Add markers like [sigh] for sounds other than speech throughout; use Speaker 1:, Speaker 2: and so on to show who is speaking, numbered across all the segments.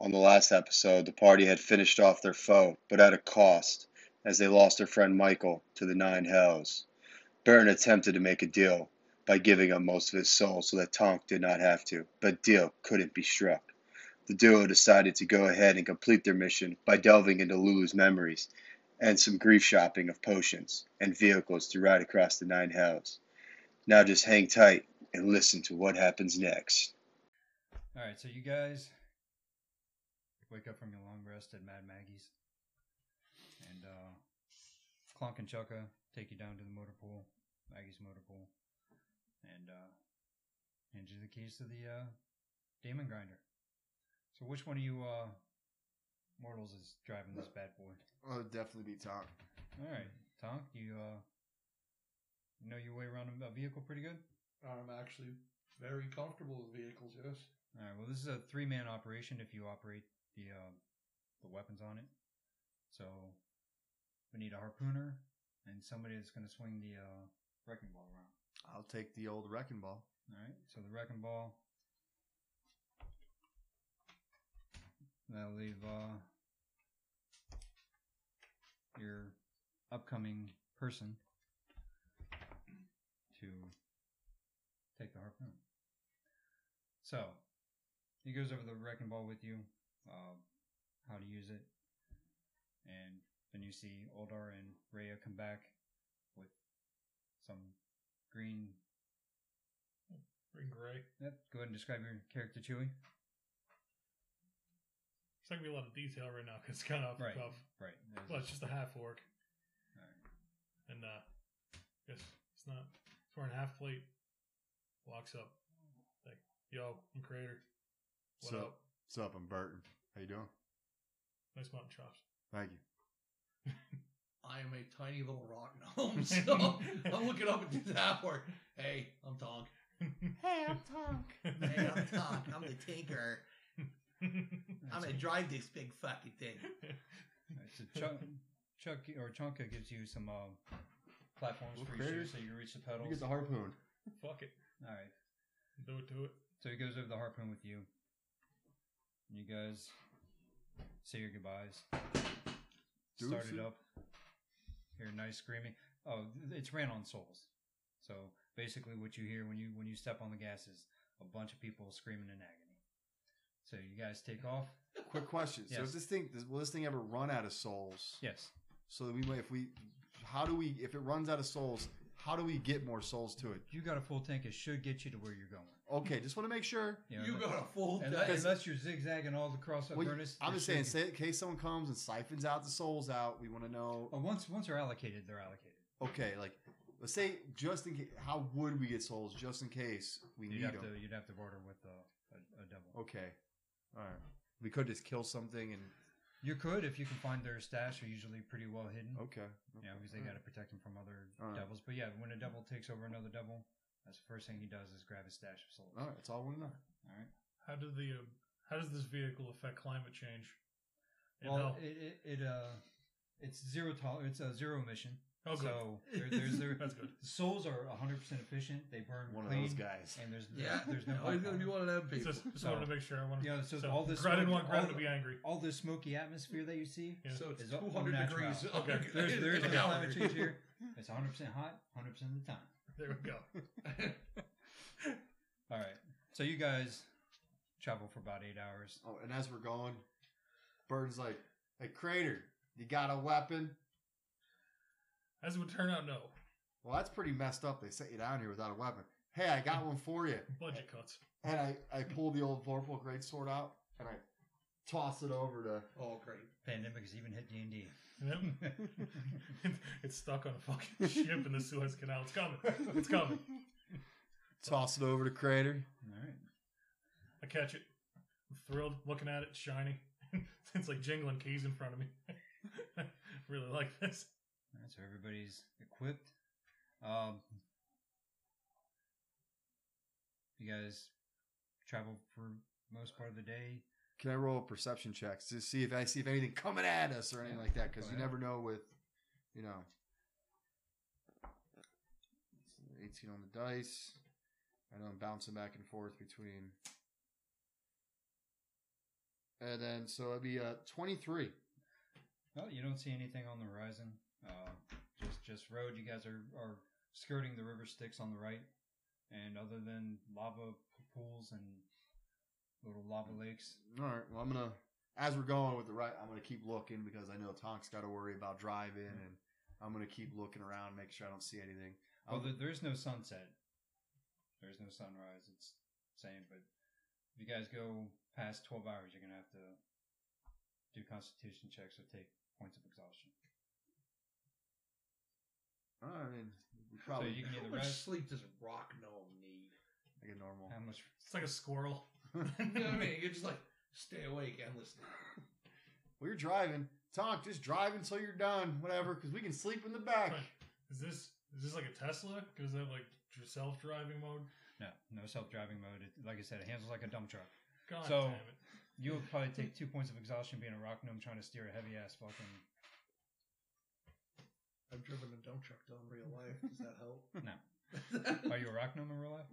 Speaker 1: On the last episode, the party had finished off their foe, but at a cost, as they lost their friend Michael to the Nine Hells. Burton attempted to make a deal by giving up most of his soul so that Tonk did not have to, but deal couldn't be struck. The duo decided to go ahead and complete their mission by delving into Lulu's memories and some grief shopping of potions and vehicles to ride across the Nine Hells. Now just hang tight and listen to what happens next.
Speaker 2: All right, so you guys wake up from your long rest at Mad Maggie's, and uh, Clonk and Chucka take you down to the motor pool, Maggie's motor pool, and uh, hand you the keys to the uh, Demon Grinder. So, which one of you uh, mortals is driving this bad boy?
Speaker 3: Oh, it'd definitely be Tom.
Speaker 2: All right, Tonk, you uh, you know your way around a- a vehicle pretty good.
Speaker 4: I'm actually very comfortable with vehicles, yes.
Speaker 2: All right. Well, this is a three-man operation if you operate the uh, the weapons on it. So we need a harpooner and somebody that's going to swing the uh, wrecking ball around.
Speaker 3: I'll take the old wrecking ball.
Speaker 2: All right. So the wrecking ball. That'll leave uh, your upcoming person to take the harpoon. So he goes over the wrecking ball with you, uh, how to use it, and then you see Oldar and Rhea come back with some green.
Speaker 4: Green gray.
Speaker 2: Yep. Go ahead and describe your character, Chewy.
Speaker 4: It's not gonna be a lot of detail right now because it's kind of off
Speaker 2: Right.
Speaker 4: the cuff.
Speaker 2: Right. there's-
Speaker 4: Well, it's just a half orc,
Speaker 2: all right.
Speaker 4: and uh, yes, it's not. It's wearing half plate. Walks up, like, yo, I'm Crater. What
Speaker 3: So-
Speaker 4: up?
Speaker 3: What's up? I'm Burton. How you doing?
Speaker 4: Nice mutton chops.
Speaker 3: Thank you.
Speaker 5: I am a tiny little rock
Speaker 2: [laughs]
Speaker 4: [laughs]
Speaker 5: gnome, [laughs] so I'm looking up at the tower. Hey, I'm Tonk.
Speaker 4: hey, I'm [laughs] Tonk.
Speaker 5: Hey, I'm Tonk. I'm the tinker. I'm
Speaker 2: That's
Speaker 5: gonna drive this big fucking thing.
Speaker 2: Alright, so Chuck, Chuck or Chonka gives you some uh, platforms
Speaker 3: Look,
Speaker 2: for you
Speaker 3: Crater.
Speaker 2: so you can reach the pedals.
Speaker 3: You get the harpoon.
Speaker 4: [laughs] Fuck it.
Speaker 2: All right.
Speaker 4: Do it to it.
Speaker 2: So he goes over the harpoon with you. You guys say your goodbyes. Start it
Speaker 3: Deuces.
Speaker 2: up. Hear nice screaming. Oh, th- it's ran on souls. So basically, what you hear when you when you step on the gas is a bunch of people screaming in agony. So you guys take off.
Speaker 3: Quick question. So
Speaker 2: Yes.
Speaker 3: if this thing this, will this thing ever run out of souls?
Speaker 2: Yes.
Speaker 3: So that we might if we how do we if it runs out of souls, how do we get more souls to it?
Speaker 2: You got a full tank. It should get you to where you're going.
Speaker 3: Okay, just want to make sure.
Speaker 2: know,
Speaker 5: You
Speaker 2: but-
Speaker 5: got a full
Speaker 2: And
Speaker 5: day.
Speaker 2: unless you're zigzagging all across the
Speaker 3: Well,
Speaker 2: furnace.
Speaker 3: I'm
Speaker 2: it
Speaker 3: just
Speaker 2: should
Speaker 3: saying,
Speaker 2: be-
Speaker 3: say, in case someone comes and siphons out the souls out, we want to know.
Speaker 2: Oh, once once they're allocated, they're allocated.
Speaker 3: Okay, like let's say just in case, how would we get souls just in case we
Speaker 2: You'd
Speaker 3: need
Speaker 2: have
Speaker 3: them?
Speaker 2: to you'd have to order with a, a, a double.
Speaker 3: Okay, all right. We could just kill something and
Speaker 2: You could if you can find their stash are usually pretty well hidden.
Speaker 3: okay.
Speaker 2: Yeah, because they got to protect them from other
Speaker 3: Alright.
Speaker 2: devils. But yeah, when a devil takes over another devil, that's the first thing he does is grab his stash of souls.
Speaker 3: All right, that's all I want to know.
Speaker 2: All right.
Speaker 4: How do the um, how does this vehicle affect climate change? And
Speaker 2: Well,
Speaker 4: how-
Speaker 2: it, it it uh, it's zero tol- It's a zero emission.
Speaker 4: oh, good.
Speaker 2: So there, there's
Speaker 5: [laughs]
Speaker 2: there,
Speaker 4: That's good.
Speaker 2: the souls are 100 percent efficient. They burn
Speaker 3: One of
Speaker 2: clean,
Speaker 3: those guys.
Speaker 2: and there's
Speaker 5: Yeah,
Speaker 2: there's
Speaker 5: [laughs]
Speaker 2: no.
Speaker 5: always gonna
Speaker 2: alcohol.
Speaker 5: be one of them
Speaker 4: It's
Speaker 5: people.
Speaker 4: Just, just
Speaker 2: So-
Speaker 4: wanted to make sure. I wanted.
Speaker 2: Yeah, so all this
Speaker 4: I didn't
Speaker 2: smoke-
Speaker 4: want Greta
Speaker 2: all
Speaker 4: to
Speaker 2: the-
Speaker 4: be angry.
Speaker 2: all this smoky atmosphere that you see.
Speaker 4: Yeah.
Speaker 5: So it's
Speaker 2: Is all- all
Speaker 5: 200 degrees. [laughs]
Speaker 2: natural.
Speaker 4: Okay.
Speaker 2: There's there's
Speaker 5: in
Speaker 2: no
Speaker 5: an hour.
Speaker 2: climate
Speaker 5: [laughs]
Speaker 2: change here. It's 100 percent hot, 100 percent of the time.
Speaker 4: There we go.
Speaker 2: All right. So you guys travel for about eight hours.
Speaker 3: Oh, and as we're going, Burton's like, "Hey, Crater, you got a weapon?"
Speaker 4: As it would turn out, no
Speaker 3: Well, that's pretty messed up. They sent you down here without a weapon. Hey, I got one for you.
Speaker 4: [laughs] budget cuts.
Speaker 3: And I, I pull the old Vorpal Great Sword out and I toss it over to.
Speaker 5: Oh, great.
Speaker 2: Pandemic has even hit D and D.
Speaker 4: Yep. [laughs] it's stuck on a
Speaker 2: [laughs]
Speaker 4: fucking ship in the Suez Canal. It's coming. It's coming.
Speaker 3: [laughs] Toss it over to Crater.
Speaker 2: All right.
Speaker 4: I catch it. I'm thrilled looking at it, shiny. [laughs] it's like jingling keys in front of me. [laughs] really like this.
Speaker 2: All right. So everybody's equipped. Um, you guys travel for most part of the day.
Speaker 3: Can I roll a perception check to see if I see if anything coming at us or anything like that? Because you never know with, you know. 18 on the dice. I know I'm bouncing back and forth between. And then so it'd be uh, 23.
Speaker 2: Well, Oh, you don't see anything on the horizon. Uh, just just road. You guys are, are skirting the river Styx on the right, and other than lava p- pools and little lava lakes,
Speaker 3: All right. Well, I'm gonna as we're going with the right, I'm gonna keep looking because I know Tonk's got to worry about driving,
Speaker 2: Hmm.
Speaker 3: and I'm gonna keep looking around, make sure I don't see anything.
Speaker 2: well,
Speaker 3: I'll-
Speaker 2: there, there's no sunset. There's no sunrise. It's same, but if you guys go past twelve hours, you're gonna have to do constitution checks or take points of exhaustion.
Speaker 3: all right, I mean, we probably
Speaker 2: So you can
Speaker 5: How
Speaker 2: either
Speaker 5: much
Speaker 2: rest.
Speaker 5: sleep does a rock gnome need? [laughs]
Speaker 3: like a normal.
Speaker 2: How much?
Speaker 4: It's like a squirrel. [laughs]
Speaker 5: You know what I mean? You're just like, stay awake endlessly.
Speaker 3: [laughs] Well, you're driving, Tonk. Just drive until you're done, whatever, because we can sleep in the back.
Speaker 4: Right. Is this is this like a Tesla? Does it have like self driving mode?
Speaker 2: No, no self-driving mode. It, like I said, it handles like a dump truck.
Speaker 4: God
Speaker 2: So-
Speaker 4: damn it! [laughs]
Speaker 2: You would probably take two points of exhaustion being a rock gnome trying to steer a heavy ass fucking.
Speaker 5: I've driven a dump truck though in real life. Does that help?
Speaker 2: [laughs] No. Are you a rock gnome in real life?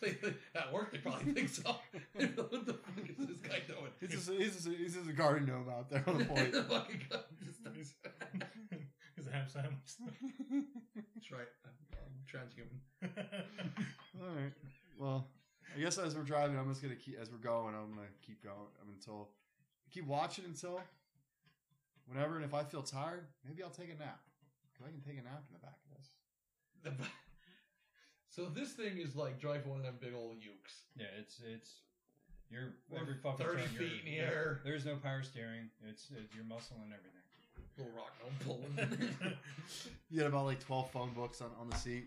Speaker 5: They- they- [laughs] At work, they probably think so. [laughs] what the fuck is this guy doing?
Speaker 3: [laughs] This is this is this is a garden gnome out [laughs] there on the
Speaker 5: [laughs]
Speaker 3: point.
Speaker 5: The fucking guy just-
Speaker 4: [laughs] Is, is it ham sandwich? [laughs]
Speaker 5: That's right. I'm, I'm um, transhuman.
Speaker 3: All right. Well, I guess as we're driving, I'm just gonna keep as we're going. I'm gonna keep going I'm until keep watching until whenever. And if I feel tired, maybe I'll take a nap. 'Cause I can take a nap in the back of this.
Speaker 5: So this thing is like driving one of them big old ukes.
Speaker 2: Yeah, it's it's you're
Speaker 5: We're
Speaker 2: every fucking
Speaker 5: 30
Speaker 2: turn, you're-
Speaker 5: feet in the
Speaker 2: yeah,
Speaker 5: air.
Speaker 2: There's no power steering. It's, it's you're muscling everything.
Speaker 5: Little rock gnome
Speaker 4: [laughs]
Speaker 5: pulling. [laughs]
Speaker 3: You had about like 12 phone books on, on the seat,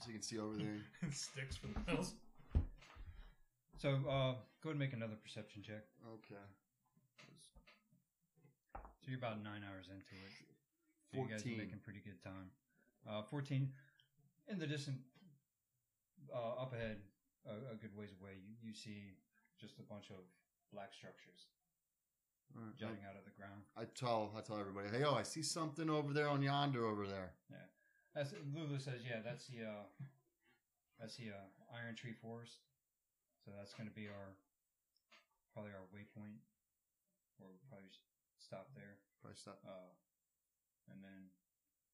Speaker 3: so you can see everything.
Speaker 4: [laughs] It sticks for the pills.
Speaker 2: So uh, go ahead and make another perception check.
Speaker 3: Okay.
Speaker 2: So you're about nine hours into it. So you guys are
Speaker 3: 14.
Speaker 2: making pretty good time. Uh, 14. In the distant, uh, up ahead, a, a good ways away, you, you see just a bunch of black structures
Speaker 3: All right.
Speaker 2: jutting out of the ground.
Speaker 3: I, I tell I tell everybody, hey, oh, I see something over there on yonder over there.
Speaker 2: That's Lulu says, yeah, that's the uh, that's the uh, Iron Tree Forest. So that's going to be our probably our waypoint, or we probably should stop there.
Speaker 3: Probably stop.
Speaker 2: Uh, and then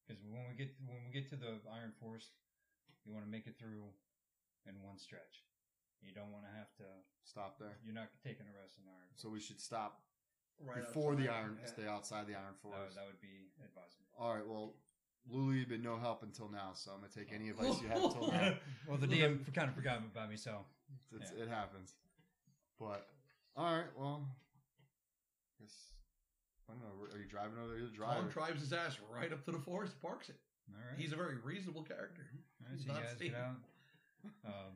Speaker 2: because when we get when we get to the Iron Forest, you want to make it through in one stretch. You don't want to have to.
Speaker 3: Stop there.
Speaker 2: You're not taking a rest in Iron.
Speaker 3: So we should stop
Speaker 5: right
Speaker 3: before the
Speaker 5: outside.
Speaker 3: iron.
Speaker 5: Yeah.
Speaker 3: Stay outside the iron
Speaker 2: Forest. That, would-
Speaker 3: forest.
Speaker 2: that would be advisable.
Speaker 3: All right. Well, Lulu, you've been no help until now, so I'm gonna take
Speaker 5: [laughs]
Speaker 3: any advice you have until now.
Speaker 2: Well, the DM kind of forgot about me, so
Speaker 3: It's, It happens. But all right. Well, I guess I don't know. Are you driving over there? You're
Speaker 5: Tom
Speaker 3: driving.
Speaker 5: drives his ass right up to the forest, parks it.
Speaker 2: all right.
Speaker 5: He's a very reasonable character.
Speaker 2: All right, so you
Speaker 5: Not
Speaker 2: guys
Speaker 5: Steve.
Speaker 2: get out. Um,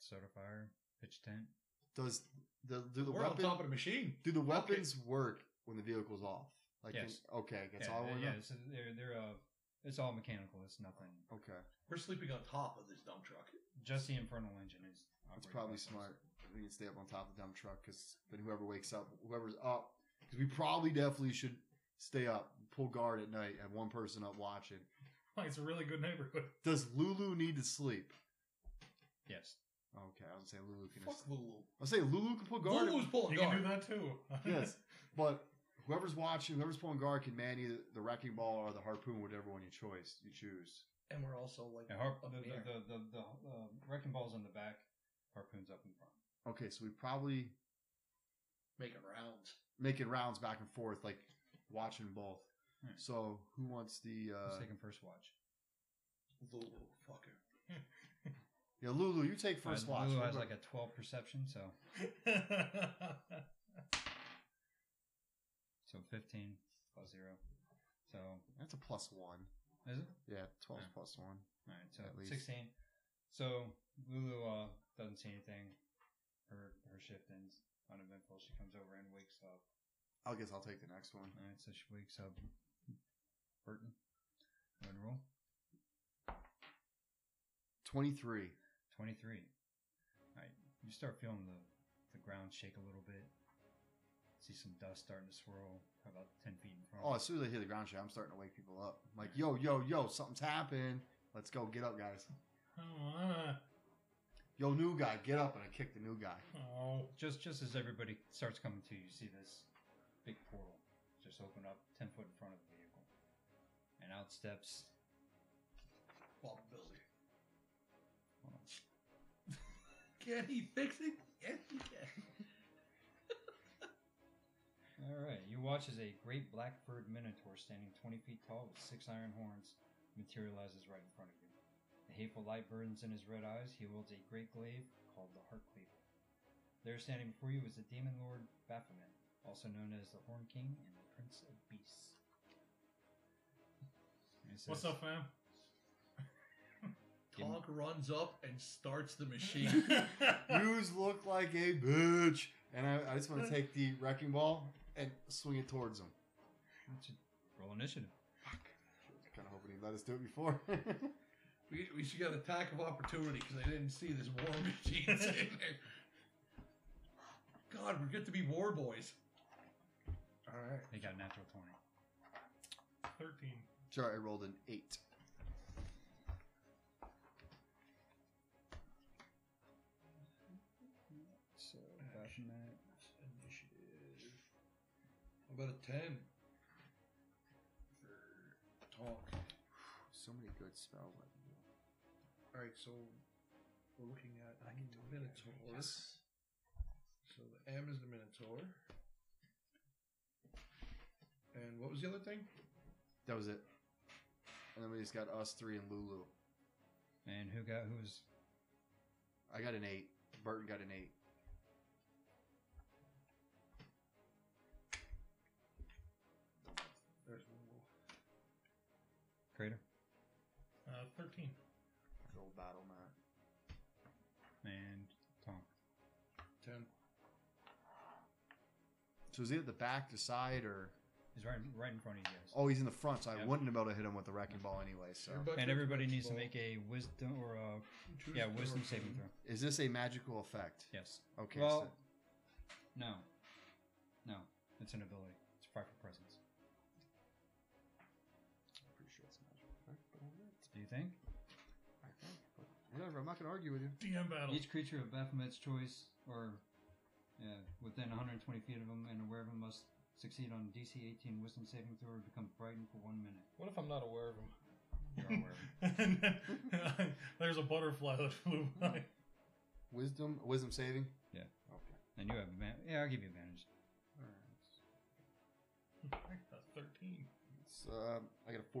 Speaker 2: soda fire, pitch tent.
Speaker 3: Does the do the
Speaker 5: We're on
Speaker 3: weapon
Speaker 5: top of the machine.
Speaker 3: do the weapons work when the vehicle's off? Like
Speaker 2: Yes.
Speaker 3: in- okay, that's
Speaker 2: yeah,
Speaker 3: all I
Speaker 2: they-
Speaker 3: want to
Speaker 2: yeah.
Speaker 3: know.
Speaker 2: It's, they're they're uh, it's all mechanical. It's nothing.
Speaker 3: Okay,
Speaker 5: We're sleeping on top of this dump truck.
Speaker 2: Just the infernal engine is.
Speaker 3: that's
Speaker 2: operated
Speaker 3: probably
Speaker 2: by source.
Speaker 3: smart. We can stay up on top of the dump truck because then whoever wakes up, whoever's up, because we probably definitely should stay up, pull guard at night, have one person up watching.
Speaker 4: Like it's a really good neighborhood.
Speaker 3: Does Lulu need to sleep?
Speaker 2: Yes.
Speaker 3: Okay, I was gonna say Lulu can.
Speaker 5: Fuck Lulu.
Speaker 3: I'll say Lulu can pull guard.
Speaker 5: Lulu's pulling
Speaker 4: You can do
Speaker 5: guard.
Speaker 4: that too.
Speaker 3: [laughs]
Speaker 4: [laughs]
Speaker 5: [laughs]
Speaker 3: yes, but whoever's watching, whoever's pulling guard, can man either the wrecking ball or the harpoon, whatever one you choose. You choose.
Speaker 5: And we're also like
Speaker 2: And harp,
Speaker 5: up
Speaker 2: the,
Speaker 5: in
Speaker 2: the,
Speaker 5: air.
Speaker 2: the, the, the, uh, wrecking ball's in the back, harpoons up in front.
Speaker 3: Okay, so we probably
Speaker 5: making rounds.
Speaker 3: making rounds back and forth, like watching both.
Speaker 5: Hmm.
Speaker 2: Alright.
Speaker 3: So who wants the?
Speaker 2: Who's
Speaker 3: Uh,
Speaker 2: taking first watch?
Speaker 5: Lulu, fucker.
Speaker 3: yeah, Lulu, you take first
Speaker 2: Uh,
Speaker 3: watch.
Speaker 2: Lulu
Speaker 3: We'll
Speaker 2: has
Speaker 3: go-
Speaker 2: like a twelve perception, so so fifteen plus zero. So
Speaker 3: That's a plus one.
Speaker 2: is it?
Speaker 3: Yeah, twelve
Speaker 2: Yeah.
Speaker 3: plus one.
Speaker 2: All right, so
Speaker 3: At least.
Speaker 2: sixteen. So Lulu uh, doesn't see anything. Her her shift ends uneventful. She comes over and wakes up.
Speaker 3: I guess I'll take the next one.
Speaker 2: All right, so she wakes up. Burton, go ahead and roll
Speaker 3: Twenty three.
Speaker 2: twenty three. All right, you start feeling the the ground shake a little bit. See some dust starting to swirl about ten feet in front.
Speaker 3: Oh,
Speaker 2: of
Speaker 3: as soon as I hear the ground shit, I'm starting to wake people up. I'm like, yo, yo, yo, something's happened. Let's go, get up, guys.
Speaker 4: I don't wanna.
Speaker 3: yo, new guy, get up, and I kick the new [laughs] guy.
Speaker 4: Oh,
Speaker 2: Just just as everybody starts coming to, you see this big portal just open up ten foot in front of the vehicle, and out steps
Speaker 5: Bob Billy. [laughs] Can he fix it? Yes, he can.
Speaker 2: All right. You watch as a great blackbird minotaur standing 20 feet tall with six iron horns materializes right in front of you. The hateful light burns in his red eyes. He wields a great glaive called the Heart Cleaver. There standing before you is the demon lord Baphomet, also known as the Horn King and the Prince of Beasts. And it
Speaker 4: what's
Speaker 2: says,
Speaker 4: up, fam?
Speaker 2: "Give me-
Speaker 5: Tonk runs up and starts the
Speaker 4: [laughs]
Speaker 5: machine.
Speaker 4: That's
Speaker 3: Yous look like a bitch, and I, I just want to take the wrecking ball and swing it towards him.
Speaker 2: That's it. Roll initiative.
Speaker 3: Kind of hoping he let us do it before. [laughs]
Speaker 5: we, we should get an attack of opportunity because I didn't see this war [laughs] machine sitting there. God, we're good to be war boys. All right.
Speaker 2: They got a natural 20.
Speaker 4: Thirteen.
Speaker 3: sure, I rolled an eight.
Speaker 2: So, Baphomet.
Speaker 5: Initiative. How about a 10 for Tonk?
Speaker 3: So many good spell weapons.
Speaker 5: All right, so we're looking at I can do Minotaur. So the M is the Minotaur. And what was the other thing?
Speaker 3: That was it. And then we just got us three and Lulu.
Speaker 2: And who got who's.
Speaker 3: I got an eight. Burton got an eight.
Speaker 5: There's one more.
Speaker 2: Crater?
Speaker 4: Uh, Thirteen.
Speaker 3: Good old battle mat.
Speaker 2: And Tom.
Speaker 5: Ten.
Speaker 3: So is he at the back, the side, or
Speaker 2: He's right, right in front of you guys.
Speaker 3: oh, he's in the front? So I
Speaker 2: Yeah.
Speaker 3: wouldn't have been able to hit him with the wrecking ball anyway. So
Speaker 5: Everybody-
Speaker 2: And everybody needs to
Speaker 5: Well,
Speaker 2: make a wisdom or a
Speaker 5: choose
Speaker 2: yeah
Speaker 5: the
Speaker 2: wisdom
Speaker 5: door.
Speaker 2: saving throw.
Speaker 3: is this a magical effect?
Speaker 2: Yes.
Speaker 3: Okay.
Speaker 2: well,
Speaker 3: so-
Speaker 2: no, no, it's an ability. It's private presence.
Speaker 3: pretty sure it's magical effect, but all right.
Speaker 2: Do you think
Speaker 3: I think, but whatever. I'm not gonna argue with you.
Speaker 4: DM battle.
Speaker 2: each creature of Baphomet's choice or yeah, within 120 feet of him and aware of him must succeed on DC 18 Wisdom saving throw or become frightened for one minute?
Speaker 4: What if I'm not aware of him?
Speaker 2: You're aware of him.
Speaker 4: [laughs] and then, [laughs] there's a butterfly that flew by.
Speaker 3: Wisdom, wisdom saving.
Speaker 2: Yeah.
Speaker 3: Okay.
Speaker 2: And you have advantage. Yeah, I'll give you advantage.
Speaker 3: All right.
Speaker 4: A Thirteen.
Speaker 3: So um, I got a 14. Oh,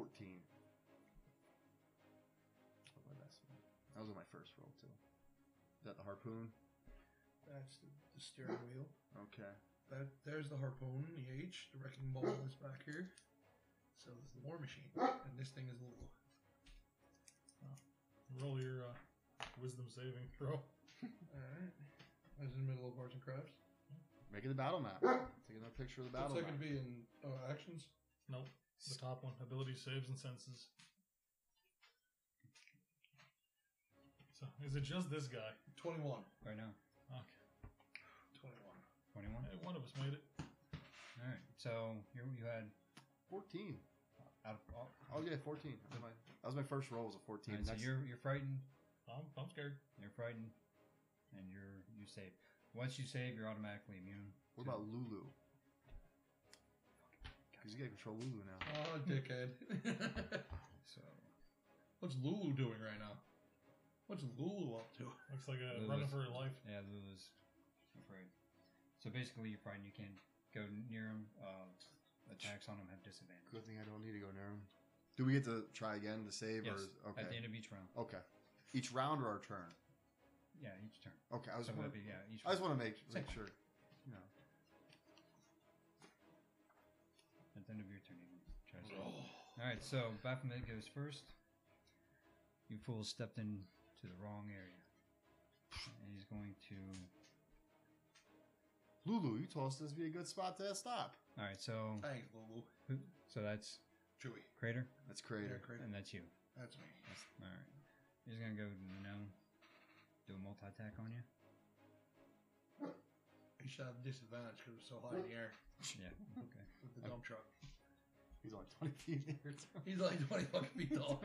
Speaker 3: my best one. That was on my first roll too. Is that the harpoon?
Speaker 5: That's the, the steering wheel.
Speaker 3: Okay.
Speaker 5: That there's the harpoon, the H, the wrecking ball is back here. So this is the war machine, and this thing is little.
Speaker 4: Roll your uh, wisdom saving throw.
Speaker 5: All right. I was in the middle of arts and crafts.
Speaker 3: Making the battle [laughs] map. Taking another picture of the
Speaker 5: What's
Speaker 3: battle
Speaker 5: that
Speaker 3: map.
Speaker 5: going to be in uh, actions?
Speaker 4: Nope. The top one. Ability saves and senses. So is it just this guy?
Speaker 5: 21.
Speaker 2: Right now,
Speaker 4: Okay.
Speaker 5: 21.
Speaker 2: 21.
Speaker 4: Hey, one of us made it.
Speaker 2: All right. So you you had
Speaker 3: 14.
Speaker 2: out of all.
Speaker 3: Oh yeah, 14. That was my, that was my first roll. Was a 14.
Speaker 2: All right, so
Speaker 3: Next-
Speaker 2: you're you're frightened.
Speaker 4: I'm, I'm scared.
Speaker 2: You're frightened, and you're you save. Once you save, you're automatically immune.
Speaker 3: what
Speaker 2: to-
Speaker 3: about Lulu? Because you gotta control Lulu now.
Speaker 5: Oh, dickhead. [laughs]
Speaker 2: So
Speaker 5: What's Lulu doing right now? What's Lulu up to?
Speaker 4: Looks like a
Speaker 2: Lulu
Speaker 4: running
Speaker 2: is-
Speaker 4: for your life.
Speaker 2: yeah, Lulu's afraid. So basically, you're frightened. You can't go near him. Uh, attacks on him have disadvantage.
Speaker 3: Good thing I don't need to go near him. Do we get to try again to save?
Speaker 2: Yes,
Speaker 3: Or is, okay.
Speaker 2: At the end of each round.
Speaker 3: okay. Each round or our turn?
Speaker 2: Yeah, each turn.
Speaker 3: Okay. I was
Speaker 2: So that'd
Speaker 3: wondering-
Speaker 2: be, yeah, each
Speaker 3: I just
Speaker 2: round.
Speaker 3: want to make,
Speaker 2: Same.
Speaker 3: make sure. You know.
Speaker 2: At the end of your turn, you can try to save. All right, so Baphomet goes first. You fools stepped into the wrong area, and he's going to
Speaker 3: Lulu, you told us this would be a good spot to stop.
Speaker 2: All right, so
Speaker 5: Thanks, Lulu.
Speaker 2: who, so that's
Speaker 5: Chewy.
Speaker 2: Crater,
Speaker 3: That's crater.
Speaker 5: Yeah, great.
Speaker 2: and that's you.
Speaker 5: That's me.
Speaker 2: That's, all right, he's gonna go no, do a multi attack on
Speaker 5: [laughs]
Speaker 2: you.
Speaker 5: He should have disadvantage because it's so high in the air
Speaker 2: Yeah, okay.
Speaker 5: with the dump truck.
Speaker 3: He's only 20 feet in
Speaker 2: [laughs]
Speaker 3: the air.
Speaker 5: He's like [laughs] 20 fucking
Speaker 3: [laughs]
Speaker 5: feet tall.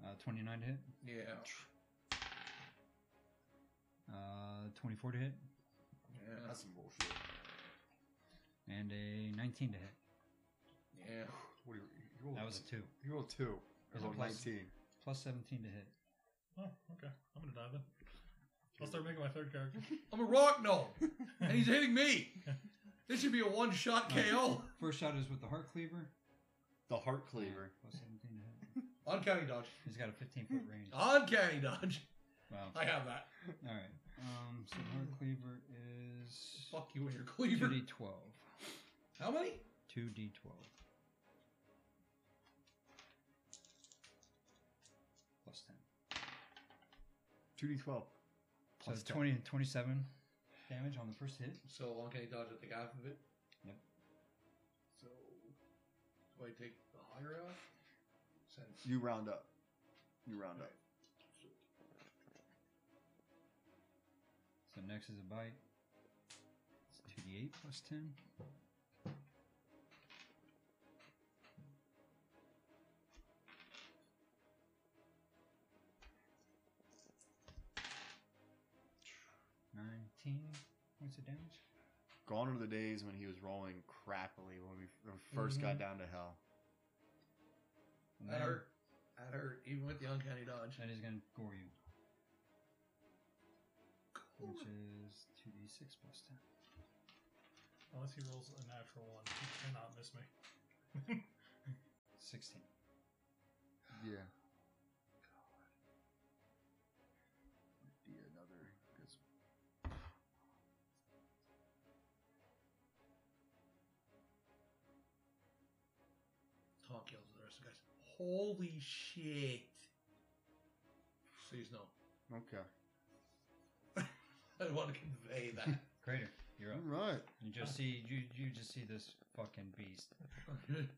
Speaker 2: Uh, Twenty nine hit.
Speaker 5: Yeah.
Speaker 2: Uh, 24 to hit
Speaker 5: Yeah.
Speaker 3: That's some bullshit.
Speaker 2: and a 19 to hit.
Speaker 5: Yeah.
Speaker 3: What do you, you rolled
Speaker 2: That was a two.
Speaker 3: You rolled two. I
Speaker 2: Is it
Speaker 3: rolled
Speaker 2: plus-
Speaker 3: 19.
Speaker 2: Plus 17 to hit.
Speaker 4: Oh, okay. I'm gonna dive in. I'll start making my third character.
Speaker 5: I'm a rock gnome, and he's hitting me. This should be a one shot KO.
Speaker 2: First shot is with the heart cleaver.
Speaker 3: The heart cleaver.
Speaker 2: Plus 17 to hit.
Speaker 5: Uncanny dodge.
Speaker 2: He's got a 15 foot
Speaker 5: [laughs]
Speaker 2: range.
Speaker 5: Uncanny dodge.
Speaker 2: Wow.
Speaker 5: Oh, I have that.
Speaker 2: All right. Um, so the heart cleaver is
Speaker 5: Fuck you and your
Speaker 2: two
Speaker 5: cleaver.
Speaker 2: d twelve.
Speaker 5: How many?
Speaker 2: Two d twelve. Plus ten.
Speaker 3: 2d12.
Speaker 2: So
Speaker 3: Plus
Speaker 2: it's
Speaker 3: 10.
Speaker 2: 20, 27 damage on the first hit.
Speaker 5: So uncanny dodge. I take half of it.
Speaker 2: Yep.
Speaker 5: So do I take the higher half? Since
Speaker 3: You round up. You round up.
Speaker 2: So next is a bite. It's two d eight plus ten. Nineteen points of damage.
Speaker 3: Gone are the days when he was rolling crappily when we when we 1st got
Speaker 5: Mhm.
Speaker 3: down to hell.
Speaker 2: And
Speaker 3: Mm-hmm.
Speaker 5: that
Speaker 2: then-
Speaker 5: hurt. That hurt. Even with the uncanny dodge.
Speaker 2: That is going to gore you, which is 2d6 plus 10.
Speaker 4: Unless he rolls a natural one, he cannot miss me. [laughs]
Speaker 2: 16.
Speaker 3: Yeah. Be another.
Speaker 5: Tom kills the rest of the guys. Holy shit. Please no.
Speaker 3: Okay.
Speaker 5: I don't want to convey
Speaker 3: [laughs]
Speaker 5: that. [laughs]
Speaker 2: Crater, you're up.
Speaker 3: All right.
Speaker 2: You just see you you just see this fucking beast,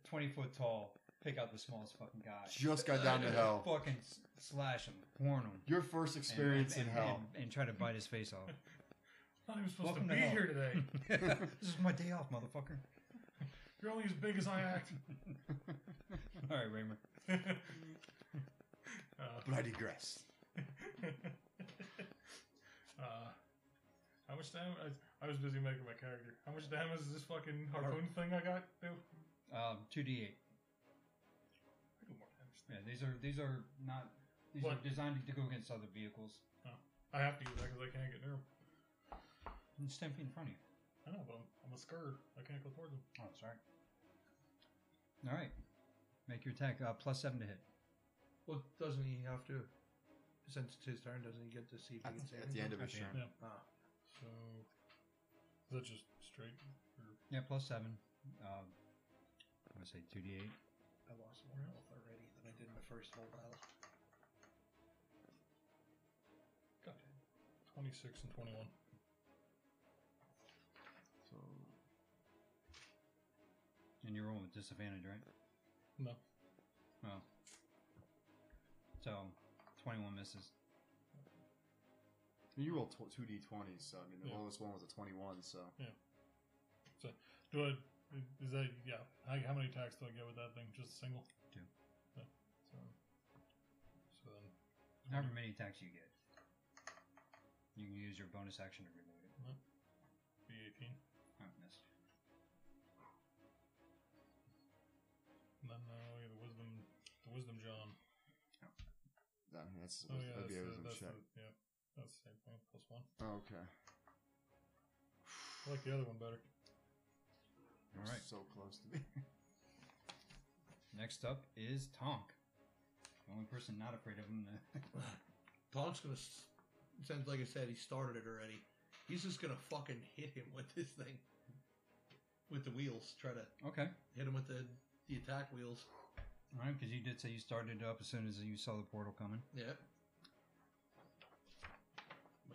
Speaker 2: 20 foot tall, pick out the smallest fucking guy,
Speaker 3: Just
Speaker 4: Uh,
Speaker 3: got down to
Speaker 4: [laughs]
Speaker 3: hell.
Speaker 2: fucking s- slash him, horn him,
Speaker 3: Your first
Speaker 2: and-
Speaker 3: experience
Speaker 2: and,
Speaker 3: in hell.
Speaker 2: and, and try to bite his face
Speaker 3: [laughs]
Speaker 2: off. [laughs]
Speaker 4: I thought he was supposed
Speaker 2: Welcome to
Speaker 4: to be
Speaker 2: hell.
Speaker 4: here today.
Speaker 2: this is my day off, motherfucker.
Speaker 4: You're only as big as
Speaker 2: [laughs]
Speaker 4: I act. [laughs]
Speaker 2: All right, Raymer.
Speaker 4: uh, [laughs]
Speaker 3: But I digress.
Speaker 4: uh, how much damage? I, I was busy making my character. How much damage does this fucking harpoon thing I got do? I
Speaker 2: Um, 2d8.
Speaker 4: do more damage.
Speaker 2: Yeah, these are these are not these
Speaker 4: What?
Speaker 2: are designed to go against other vehicles.
Speaker 4: I have to use that because I can't get near him.
Speaker 2: And stamp in front of you.
Speaker 4: I know, but I'm, I'm a scurr. I can't go towards him.
Speaker 2: Oh, sorry. All right. Make your attack uh, plus seven to hit.
Speaker 5: well, doesn't he have to? Since it's his turn, doesn't he get to see if he can say
Speaker 3: At the end of
Speaker 2: At
Speaker 3: his
Speaker 2: the
Speaker 3: turn.
Speaker 2: end.
Speaker 5: Ah,
Speaker 4: So, is that just straight? Or,
Speaker 2: Yeah, plus seven. Um, I would say two d eight.
Speaker 5: I lost more health already than I did in the first whole battle.
Speaker 4: God, 26 and 21.
Speaker 3: So
Speaker 2: And you're rolling with disadvantage, right?
Speaker 4: No.
Speaker 2: Oh. So, twenty one misses.
Speaker 3: you rolled tw- two d20s, so I mean the
Speaker 4: Yeah.
Speaker 3: lowest one was a 21. So
Speaker 4: Do I? Is that yeah? How, how many attacks do I get with that thing? Just a single.
Speaker 2: Two.
Speaker 4: Yeah, so, so then,
Speaker 2: However many attacks you get, you can use your bonus action to reload it.
Speaker 4: be eighteen,
Speaker 2: Oh, missed.
Speaker 4: and then uh, we have the wisdom, the wisdom John.
Speaker 3: I mean, that's
Speaker 4: Oh yeah,
Speaker 3: that'd
Speaker 4: that's,
Speaker 3: be a
Speaker 4: the,
Speaker 3: wisdom
Speaker 4: that's
Speaker 3: check.
Speaker 4: the, yeah, that's the same thing. Plus one.
Speaker 3: Oh, okay.
Speaker 4: I like the other one better.
Speaker 2: All right.
Speaker 3: So close to me. [laughs]
Speaker 2: Next up is Tonk. The only person not afraid of him. [laughs] to-
Speaker 5: [sighs] Tonk's gonna. s- Sounds like I said he started it already. He's just gonna fucking hit him with this thing, with the wheels. Try to
Speaker 2: okay.
Speaker 5: hit him with the the attack wheels.
Speaker 2: All right, because you did say you started up as soon as you saw the portal coming.
Speaker 5: Yep.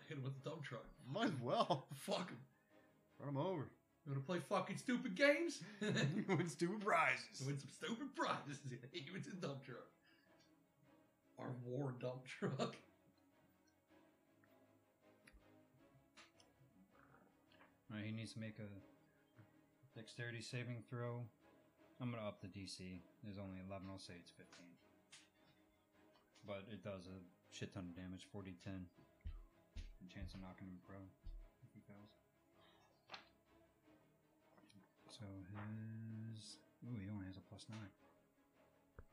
Speaker 5: Hit him with the dump truck.
Speaker 3: Might as well
Speaker 5: Fuck him.
Speaker 3: run him
Speaker 4: [laughs]
Speaker 3: over.
Speaker 5: You wanna play fucking stupid games? [laughs]
Speaker 3: you win stupid prizes.
Speaker 5: Win some stupid prizes. [laughs] you with the dump truck. Our war dump truck.
Speaker 2: All right, he needs to make a dexterity saving throw. I'm gonna up the DC. There's only 11. I'll say it's 15. But it does a shit ton of damage. 40, 10. a chance of knocking him prone if he fails. So his ooh, he only has a plus nine.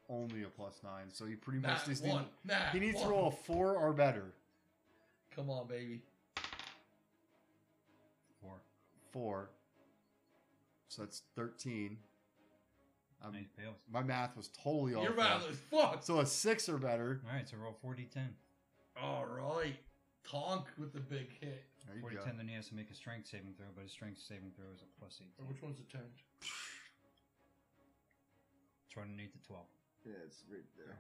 Speaker 3: Only a plus nine, so he pretty much
Speaker 5: Nat
Speaker 3: just
Speaker 5: one.
Speaker 3: needs,
Speaker 5: Nat
Speaker 3: he needs
Speaker 5: one.
Speaker 3: to roll a four or better.
Speaker 5: Come on, baby.
Speaker 2: Four.
Speaker 3: Four. So that's thirteen.
Speaker 2: And
Speaker 3: Um,
Speaker 2: he fails.
Speaker 3: my math was totally off.
Speaker 5: You're
Speaker 3: there.
Speaker 5: violent as fuck.
Speaker 3: So a six or better.
Speaker 2: All right, so roll 4d10.
Speaker 5: All right. Tonk with the big hit.
Speaker 3: There you go.
Speaker 2: 4d10, then he has to make a strength saving throw, but his strength saving throw is a plus 18.
Speaker 5: Or which one's the tent?
Speaker 2: It's running 8 to 12.
Speaker 3: Yeah, it's right there.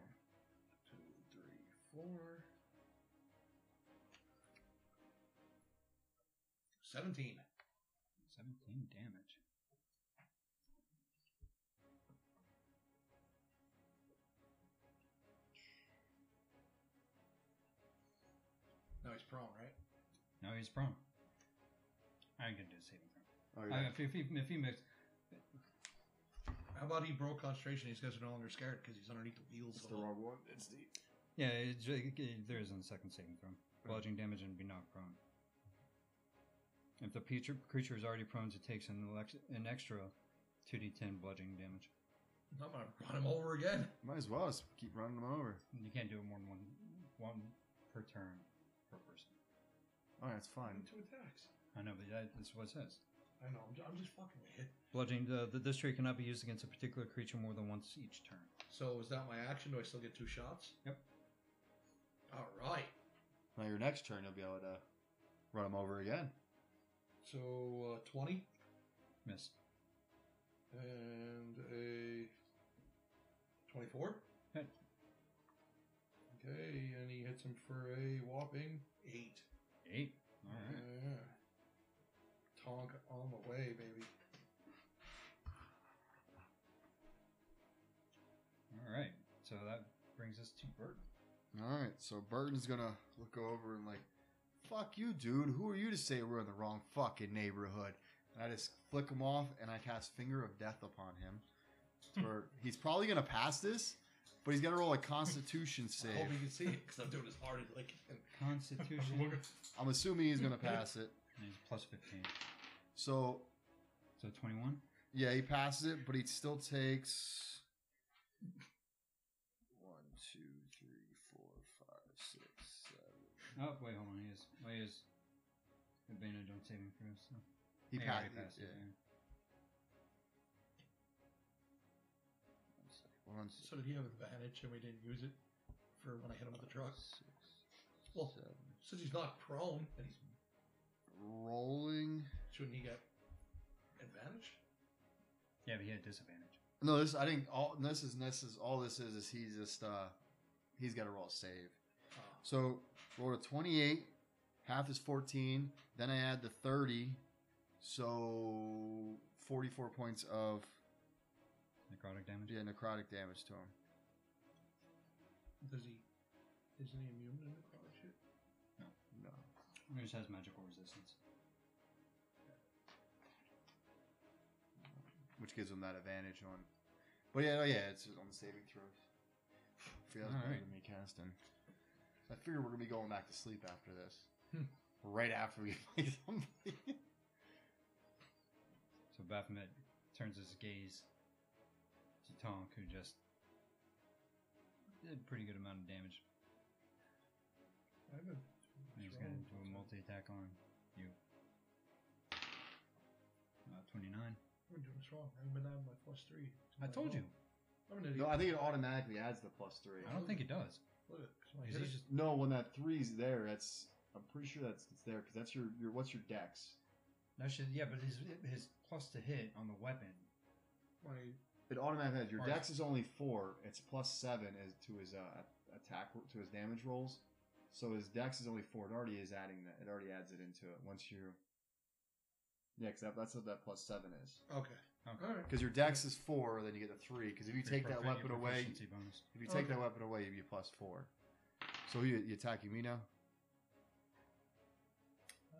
Speaker 5: Two, three, four. Seventeen.
Speaker 2: 17 damage.
Speaker 5: No, he's prone, right?
Speaker 2: No, he's prone. I ain't gonna do a saving throw.
Speaker 3: Oh,
Speaker 2: I,
Speaker 3: yeah.
Speaker 2: if, if, he, if he makes,
Speaker 5: How about he broke concentration? These guys are no longer scared because he's underneath the wheels. of them.
Speaker 3: one. It's the
Speaker 2: yeah, it's, it, it, there isn't a second saving throw. Lodging damage and be knocked prone. If the creature, creature is already prone, it takes an, elect, an extra 2d10 bludgeoning damage.
Speaker 5: I'm gonna run him over again.
Speaker 3: Might as well just keep running them over.
Speaker 2: You can't do it more than one, one per turn per person.
Speaker 3: Oh, that's fine.
Speaker 5: Two attacks.
Speaker 2: I know, but that, that's what it says.
Speaker 5: I know. I'm, ju- I'm just fucking with you.
Speaker 2: Bludgeoning. The, the, this trait cannot be used against a particular creature more than once each turn.
Speaker 5: So is that my action? Do I still get two shots?
Speaker 2: Yep.
Speaker 5: All right.
Speaker 3: Now your next turn, you'll be able to run them over again.
Speaker 5: So uh, twenty
Speaker 2: Miss.
Speaker 5: and a twenty-four.
Speaker 2: Hit.
Speaker 5: Okay, and he hits him for a whopping eight.
Speaker 2: Eight. All right.
Speaker 5: Yeah. Tonk on the way, baby.
Speaker 2: All right. So that brings us to Bert.
Speaker 3: All right, so Burton's gonna look over and like, "Fuck you, dude. Who are you to say we're in the wrong fucking neighborhood?" And I just flick him off, and I cast Finger of Death upon him.
Speaker 2: Hmm.
Speaker 3: To Where he's probably gonna pass this, but he's gotta roll
Speaker 2: [laughs]
Speaker 3: a Constitution
Speaker 5: I hope
Speaker 3: save.
Speaker 5: you can see it because I'm doing as hard as I can.
Speaker 2: Constitution.
Speaker 4: Look at-
Speaker 3: I'm assuming he's gonna pass it.
Speaker 2: And he's plus 15.
Speaker 3: So
Speaker 2: So 21.
Speaker 3: yeah, he passes it, but he still takes one, two, three, four, five, six, seven.
Speaker 2: Oh, wait, hold on. He is. Well, he is. Advantage on saving throws. So.
Speaker 3: He
Speaker 2: Yeah,
Speaker 3: passed.
Speaker 2: already passed
Speaker 3: Yeah.
Speaker 2: it, yeah.
Speaker 3: One,
Speaker 5: So did he have advantage and we didn't use it for when I hit him with the truck? Well,
Speaker 3: seven.
Speaker 5: since he's not prone, and he's,
Speaker 3: rolling.
Speaker 5: shouldn't he get advantage?
Speaker 2: Yeah, but he had disadvantage.
Speaker 3: No, this I think all this is this is all this is is he's just uh he's got to roll a save.
Speaker 5: Oh.
Speaker 3: So roll a twenty eight, half is fourteen. Then I add the thirty, so forty four points of
Speaker 2: Necrotic damage.
Speaker 3: yeah necrotic damage to him.
Speaker 5: Does he? Isn't he immune to necrotic shit?
Speaker 3: No,
Speaker 2: He just has magical resistance.
Speaker 3: which gives him that advantage on. But yeah, oh yeah, it's on the saving throws. Feels
Speaker 2: All right.
Speaker 3: better than me casting. I figure we're gonna be going back to sleep after this.
Speaker 5: Hmm.
Speaker 3: Right after we [laughs] play somebody.
Speaker 2: So Baphomet turns his gaze to Tonk, who just did a pretty good amount of damage.
Speaker 5: I haven't.
Speaker 2: And he's going to do a multi attack on you. Uh, 29.
Speaker 5: I've been doing this wrong. I haven't been having my plus three. to
Speaker 2: I
Speaker 5: my
Speaker 2: told
Speaker 5: roll.
Speaker 2: you.
Speaker 5: I'm an idiot.
Speaker 3: No, I think it automatically adds the plus three.
Speaker 2: I don't think it does.
Speaker 5: Look at it, 'cause when I
Speaker 2: Is
Speaker 5: hit
Speaker 2: he
Speaker 5: it-
Speaker 2: just-
Speaker 3: No, when that three's there, that's I'm pretty sure that's it's there because that's your your what's your dex?
Speaker 2: No shit. Yeah, but his his plus to hit on the weapon.
Speaker 5: when I-
Speaker 3: It automatically has your
Speaker 2: Or-
Speaker 3: dex is only four. It's plus seven is to his uh, attack to his damage rolls. So his dex is only four. It already is adding that. It already adds it into it once you. Yeah, 'cause that, that's what that plus seven is.
Speaker 5: Okay.
Speaker 2: Okay. [laughs]
Speaker 5: All right.
Speaker 3: Because your dex is four, then you get the three. Because if you
Speaker 2: Your
Speaker 3: take that
Speaker 2: profi- your
Speaker 3: weapon away,
Speaker 2: proficiency bonus.
Speaker 3: if you take
Speaker 5: Okay.
Speaker 3: that weapon away, you'd be plus four. So you, you attacking me now.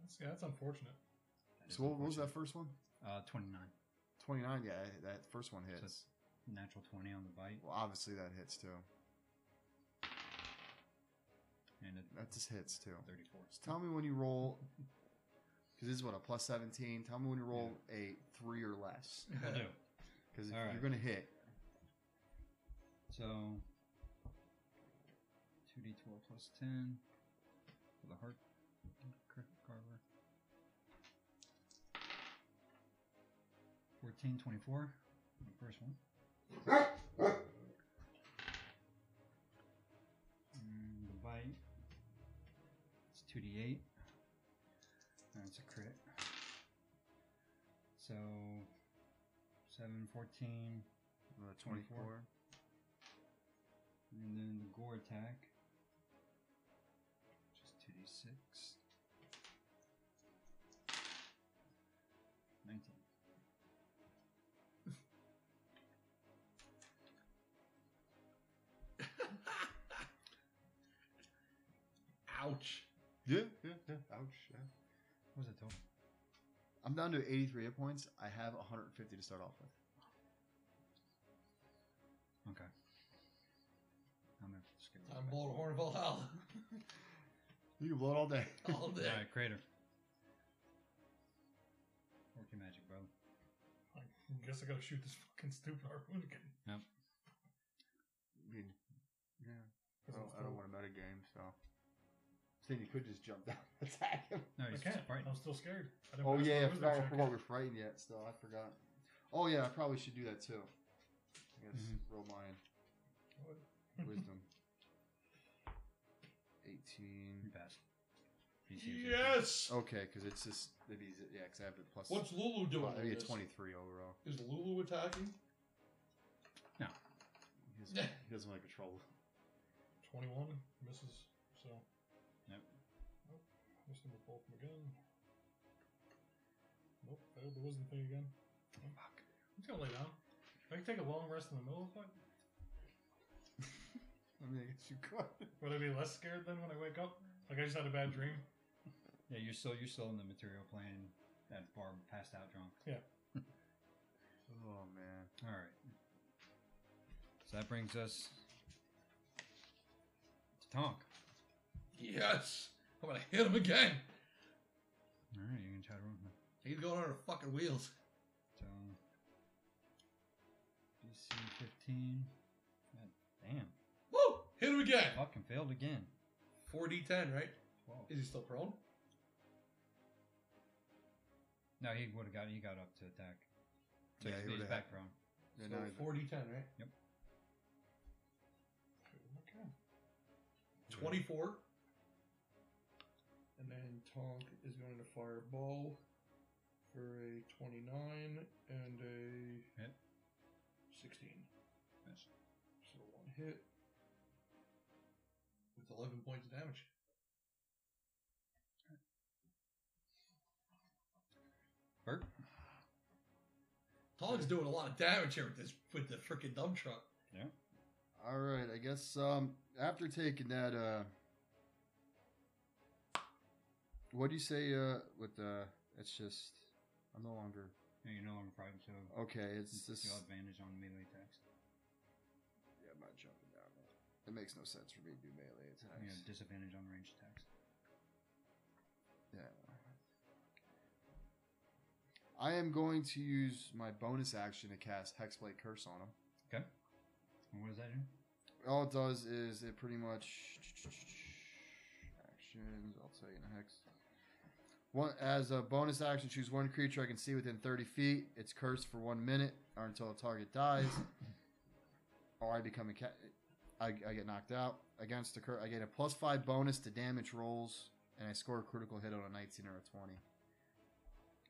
Speaker 4: That's, yeah, that's unfortunate.
Speaker 2: That is
Speaker 3: So what, what was that
Speaker 2: unfortunate.
Speaker 3: first one?
Speaker 2: Uh, twenty nine.
Speaker 3: Twenty nine. Yeah, that first one hits.
Speaker 2: it's- Natural twenty on the bite
Speaker 3: Well, obviously that hits too.
Speaker 2: and a hit.
Speaker 3: That just hits too.
Speaker 2: 34.
Speaker 3: Just tell me when you roll, because this is what a plus seventeen. Tell me when you roll a three or less,
Speaker 2: Will do.
Speaker 3: because if
Speaker 2: All right.
Speaker 3: you're gonna hit,
Speaker 2: So, 2d12 plus 10 for the heart cr- carver. 14, 24. The first one. And the bite. It's 2d8. That's a crit. So, 7, 14,
Speaker 3: uh,
Speaker 2: 24.
Speaker 3: twenty-four.
Speaker 2: And then the gore attack. Just 2d6. 19.
Speaker 5: Ouch.
Speaker 3: Yeah, yeah, yeah. Ouch. Yeah.
Speaker 2: What was that total?
Speaker 3: I'm down to 83 hit points. I have 150 to start off with.
Speaker 2: Okay. I'm gonna skip it.
Speaker 5: Time to blow the horn of [laughs] Valhalla
Speaker 3: You can blow it all day.
Speaker 5: all day.
Speaker 2: Alright, crater. Work your magic, brother.
Speaker 4: I guess I gotta shoot this [laughs] fucking stupid harpoon again.
Speaker 3: I mean, yeah. I don't, Oh,
Speaker 4: 'Cause I'm
Speaker 3: I don't
Speaker 4: still-
Speaker 3: want to metagame, so. Then you could just jump down and attack him.
Speaker 2: No,
Speaker 4: I
Speaker 2: he's
Speaker 4: can't.
Speaker 2: frightened.
Speaker 4: I'm still scared. I didn't
Speaker 3: Oh,
Speaker 4: pass my
Speaker 3: yeah. I
Speaker 4: wisdom
Speaker 3: forgot, I
Speaker 4: check.
Speaker 3: forgot we're frightened yet, still. I forgot. Oh, yeah. I probably should do that, too. I guess
Speaker 5: Mm-hmm.
Speaker 2: Mhm.
Speaker 3: roll mine. Wisdom. 18.
Speaker 2: You passed.
Speaker 5: Yes.
Speaker 3: Okay, because it's just. Maybe, it's- yeah, because I have it plus.
Speaker 5: What's Lulu doing?
Speaker 3: I
Speaker 5: in
Speaker 3: get
Speaker 5: this?
Speaker 3: 23 overall.
Speaker 5: Is Lulu attacking?
Speaker 3: He doesn't, he doesn't like control.
Speaker 4: 21 misses. So.
Speaker 2: Yep.
Speaker 4: Nope. Missing with both of them again. Nope. Failed the wisdom thing again. Oh, fuck. I'm just gonna lay down. I can take a long rest in the middle of the fight.
Speaker 3: I mean, I guess you could.
Speaker 4: Would I be less scared then when I wake up? Like I just had a bad dream.
Speaker 2: Yeah, you're still you're still in the material plane. That barb passed out drunk.
Speaker 3: Oh, man.
Speaker 2: All right. So that brings us to Tonk.
Speaker 5: Yes. I'm gonna hit him again.
Speaker 2: All right, you can try to run.
Speaker 5: He's going on her fucking wheels.
Speaker 2: So DC 15. God damn.
Speaker 5: Woo! Hit him again.
Speaker 2: Fucking failed again.
Speaker 5: 4d10, right?
Speaker 2: 12.
Speaker 5: Is he still prone?
Speaker 2: No, he would have got he got up to attack. So
Speaker 3: Yeah,
Speaker 2: he's-
Speaker 3: he
Speaker 2: he's
Speaker 3: would've
Speaker 2: back prone.
Speaker 3: Yeah,
Speaker 5: so
Speaker 3: now he's-
Speaker 5: 4d10, right?
Speaker 4: Okay.
Speaker 5: 24. And then Tonk is going to fire a bow for a 29 and a
Speaker 2: Hit.
Speaker 5: 16.
Speaker 2: Miss.
Speaker 5: So one hit with 11 points of damage.
Speaker 2: Bert?
Speaker 5: Tonk's doing a lot of damage here with this with the freaking dump truck.
Speaker 3: All right, I guess um after taking that uh what do you say uh with the it's just I'm no longer
Speaker 2: No, you're no longer prone, so
Speaker 3: okay, it's
Speaker 2: you
Speaker 3: just
Speaker 2: have advantage on melee attacks.
Speaker 3: Yeah, I'm not jumping down. It makes no sense for me to do melee
Speaker 2: You have
Speaker 3: attacks.
Speaker 2: disadvantage on ranged attacks.
Speaker 3: Yeah. I am going to use my bonus action to cast Hexblade Curse on him.
Speaker 2: And what does that do?
Speaker 3: all it does is it pretty much actions. I'll tell you in a hex. One as a bonus action, choose one creature I can see within 30 feet. It's cursed for one minute or until a target dies, or I become a cat. I, I get knocked out against the cur. I get a plus five bonus to damage rolls, and I score a critical hit on a 19 or a 20.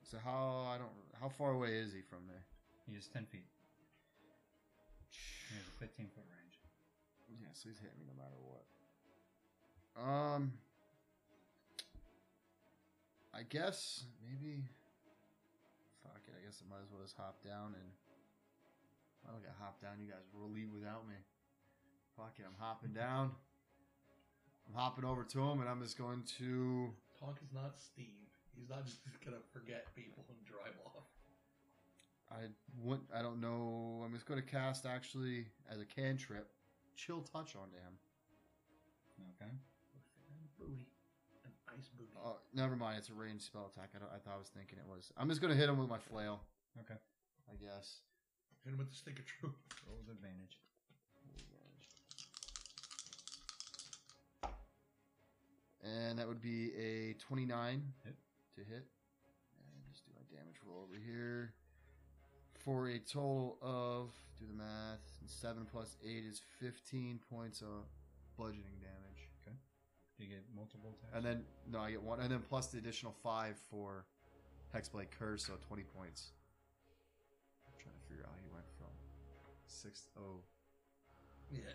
Speaker 3: So how I don't how far away is he from there?
Speaker 2: He is 10 feet. He has a 15 foot range.
Speaker 3: Yeah, so he's hitting me no matter what. Um, I guess maybe. Fuck it. I guess I might as well just hop down and. I don't get hop down. You guys will leave without me. Fuck it. I'm hopping down. I'm hopping over to him, and I'm just going to.
Speaker 5: Tonk is not Steve. He's not just gonna forget people and drive off.
Speaker 3: I wouldn't. I don't know. I'm just going to cast actually as a cantrip, chill touch onto him.
Speaker 2: Okay.
Speaker 3: Uh, Oh, Never mind. It's a ranged spell attack. I, don't, I thought I was thinking it was. I'm just gonna hit him with my flail.
Speaker 2: Okay.
Speaker 3: I guess.
Speaker 5: Hit him with the stick of truth.
Speaker 2: Roll with advantage.
Speaker 3: And that would be a 29
Speaker 2: Hit.
Speaker 3: to hit. And just do my damage roll over here. For a total of, do the math, 7 plus 8 is 15 points of bludgeoning damage.
Speaker 2: Do you get multiple attacks?
Speaker 3: And then, no, I get one. And then plus the additional 5 for Hexblade Curse, so 20 points. I'm trying to figure out how he went from 60,
Speaker 5: Yeah.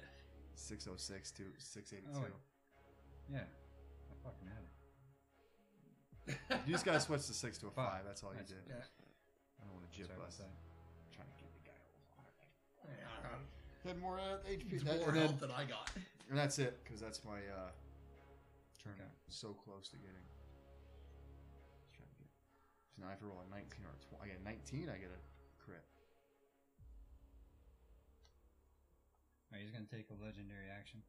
Speaker 3: 606 to 682.
Speaker 2: Oh, wait. yeah, I fucking had it.
Speaker 3: You just gotta switch the six to a
Speaker 2: Five.
Speaker 3: five. That's all you
Speaker 2: Nice.
Speaker 3: did.
Speaker 5: Yeah.
Speaker 3: I don't want to jip
Speaker 2: Sorry about
Speaker 3: us.
Speaker 2: that.
Speaker 3: trying to give the guy a lot.
Speaker 5: Yeah,
Speaker 3: Had more uh, HP.
Speaker 5: It's
Speaker 3: That-
Speaker 5: more
Speaker 3: and, then-
Speaker 5: health than I got.
Speaker 3: and that's it, because that's my uh, turn.
Speaker 2: Okay.
Speaker 3: So close to getting. Just trying to get. So now I have to roll a 19 or a 20. I get a 19. I get a crit.
Speaker 2: Alright, he's gonna take a legendary action.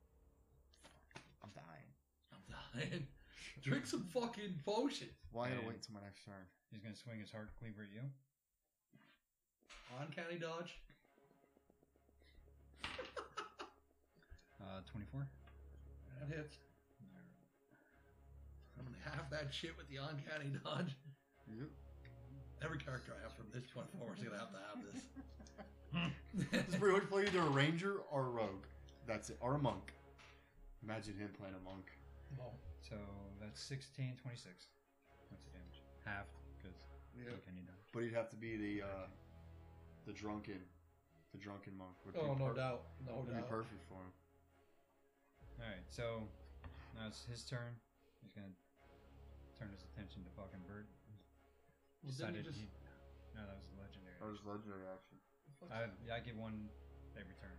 Speaker 3: I'm dying.
Speaker 5: I'm dying. Drink some fucking potion.
Speaker 3: Well, I gotta
Speaker 2: And-
Speaker 3: wait until my next turn.
Speaker 2: He's gonna swing his hard cleaver at you.
Speaker 5: On county dodge.
Speaker 2: Uh, 24.
Speaker 5: That hits. I'm gonna half that shit with the on county dodge.
Speaker 3: Yep.
Speaker 5: Every character I have from this point forward is gonna have to have this.
Speaker 3: This
Speaker 2: [laughs]
Speaker 3: pretty much play either a ranger or a rogue. That's it. Or a monk. Imagine him playing a monk.
Speaker 4: Oh,
Speaker 2: So that's 16, 26. That's the damage. Half, because can you die?
Speaker 3: But he'd have to be the uh, the drunken, the drunken monk. Would
Speaker 5: [laughs] Oh,
Speaker 3: be
Speaker 5: no
Speaker 3: per-
Speaker 5: doubt. No
Speaker 3: Would be
Speaker 5: doubt.
Speaker 3: perfect for him.
Speaker 2: Alright, so now it's his turn. He's gonna turn his attention to fucking Bird.
Speaker 5: Well, didn't he
Speaker 2: Decided
Speaker 5: just-
Speaker 2: he- No, that was a legendary.
Speaker 3: Oh, legendary action.
Speaker 2: I, yeah, I give one every turn.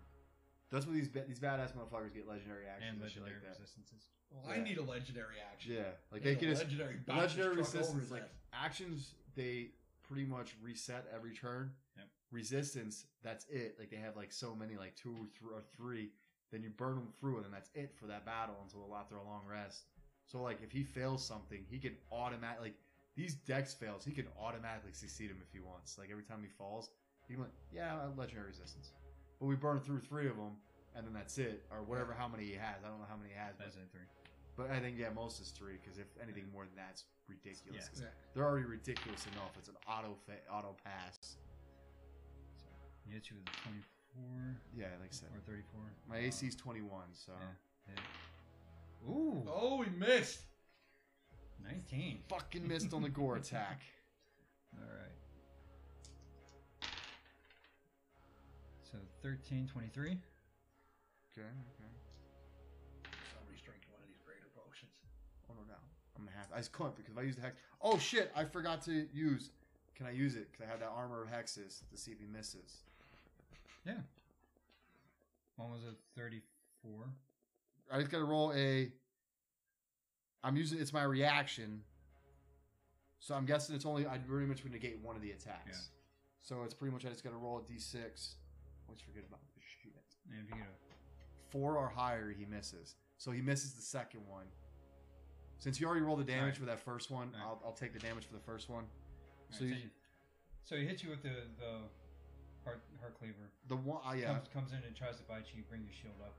Speaker 3: That's what these ba- these badass motherfuckers get legendary actions
Speaker 2: and
Speaker 3: and, shit
Speaker 2: legendary
Speaker 3: like that.
Speaker 2: resistances.
Speaker 5: Well, I
Speaker 3: Yeah.
Speaker 5: need a legendary action.
Speaker 3: Yeah, like
Speaker 5: Yeah,
Speaker 3: they get his
Speaker 5: legendary bounce
Speaker 3: legendary
Speaker 5: just struck
Speaker 3: resistance.
Speaker 5: over his
Speaker 3: Like
Speaker 5: ass.
Speaker 3: actions, they pretty much reset every turn.
Speaker 2: Yep.
Speaker 3: Resistance, that's it. Like they have like so many, like two or, th- or three. Then you burn them through, and then that's it for that battle until after a long rest. So like if he fails something, he can automatic like these dex fails, he can automatically succeed him if he wants. Like every time he falls, he went yeah I have legendary resistance, but we burn through three of them, and then that's it or whatever how many he has. I don't know how many he has, but
Speaker 2: That's it, three.
Speaker 3: but I think yeah, most is three because if anything more than that's ridiculous.
Speaker 2: Yeah.
Speaker 3: 'Cause
Speaker 5: Yeah.
Speaker 3: They're already ridiculous enough. It's an auto fa- auto pass.
Speaker 2: So he hits you with a 24
Speaker 3: Yeah, like I said,
Speaker 2: or 34.
Speaker 3: my
Speaker 2: Uh,
Speaker 3: AC is twenty one, so
Speaker 2: yeah, hit. Ooh,
Speaker 5: Oh, he missed.
Speaker 2: 19.
Speaker 3: fucking missed on the gore attack.
Speaker 2: All right. So 13, 23.
Speaker 3: Okay, okay.
Speaker 5: Somebody's drinking one of these greater potions.
Speaker 3: Oh no, no, I'm gonna have. I just couldn't because if I use the hex. Oh shit! I forgot to use. Can I use it? Because I have that armor of hexes to see if he misses.
Speaker 2: One was a 34.
Speaker 3: I just gotta roll a. I'm using it's my reaction, so I'm guessing it's only I pretty much would negate one of the attacks.
Speaker 2: Yeah.
Speaker 3: So it's pretty much I just gotta roll a d6. Always forget about this shit.
Speaker 2: And if you get a.
Speaker 3: Four or higher, he misses. So he misses the second one. Since you already rolled the damage
Speaker 2: Alright.
Speaker 3: for that first one,
Speaker 2: Alright.
Speaker 3: I'll, I'll take the damage for the first one. So
Speaker 2: So,
Speaker 3: you-
Speaker 2: so, you, so he hits you with the, the heart, heart cleaver.
Speaker 3: The one, oh,
Speaker 2: [laughs]
Speaker 3: yeah,
Speaker 2: Comes, comes in and tries to bite you. You bring your shield up.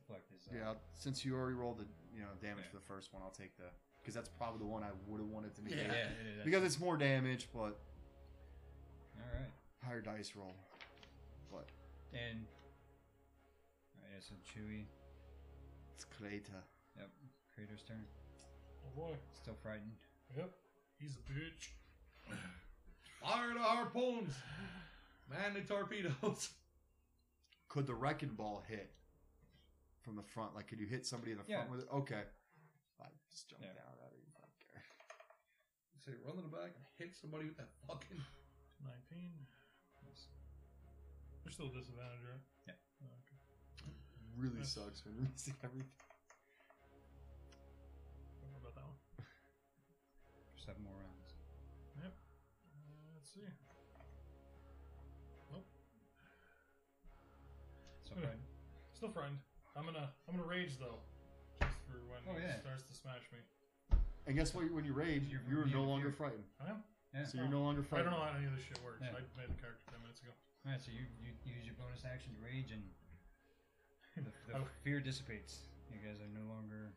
Speaker 2: Deflect his. uh,
Speaker 3: yeah. I'll- Since you already rolled the you know damage
Speaker 2: Yeah.
Speaker 3: for the first one, I'll take the because that's probably the one I would have wanted to negate
Speaker 2: Yeah,
Speaker 5: Yeah.
Speaker 2: it is.
Speaker 3: because it's more damage, but
Speaker 2: All right.
Speaker 3: higher dice roll. But
Speaker 2: And I guess a Chewy.
Speaker 3: It's Kreta.
Speaker 2: Yep. Creator's turn.
Speaker 4: oh boy.
Speaker 2: Still frightened.
Speaker 4: Yep. He's a bitch.
Speaker 5: Fire the harpoons. Man the torpedoes. [laughs]
Speaker 3: Could the wrecking ball hit from the front? Like, could you hit somebody in the
Speaker 2: Yeah.
Speaker 3: front with it? Okay. I just jumped
Speaker 2: Yeah.
Speaker 3: down. I don't even fucking care.
Speaker 5: So you run to the back and hit somebody with that fucking.
Speaker 4: 19. There's still disadvantage, right?
Speaker 2: Yeah.
Speaker 4: Oh, okay.
Speaker 3: Really
Speaker 4: That's-
Speaker 3: sucks when [laughs] you're missing everything.
Speaker 4: Don't know about that one.
Speaker 2: Seven more rounds.
Speaker 4: Uh, let's see. Nope.
Speaker 2: Still
Speaker 4: Okay.
Speaker 2: frightened.
Speaker 4: Still frightened. I'm gonna I'm gonna rage though. Just for when
Speaker 2: Oh,
Speaker 4: he
Speaker 2: yeah.
Speaker 4: starts to smash me.
Speaker 3: And guess what? When you raid,
Speaker 2: You're-
Speaker 3: you're no
Speaker 2: you're-
Speaker 3: longer
Speaker 2: you're-
Speaker 3: frightened.
Speaker 4: I am.
Speaker 2: Yeah.
Speaker 3: So you're no longer
Speaker 4: I
Speaker 3: frightened.
Speaker 4: don't know how any of this shit works.
Speaker 2: Yeah.
Speaker 4: I made a character ten minutes ago.
Speaker 2: All right, so you, you use your bonus action to rage, and the, the
Speaker 4: Oh.
Speaker 2: fear dissipates. You guys are no longer.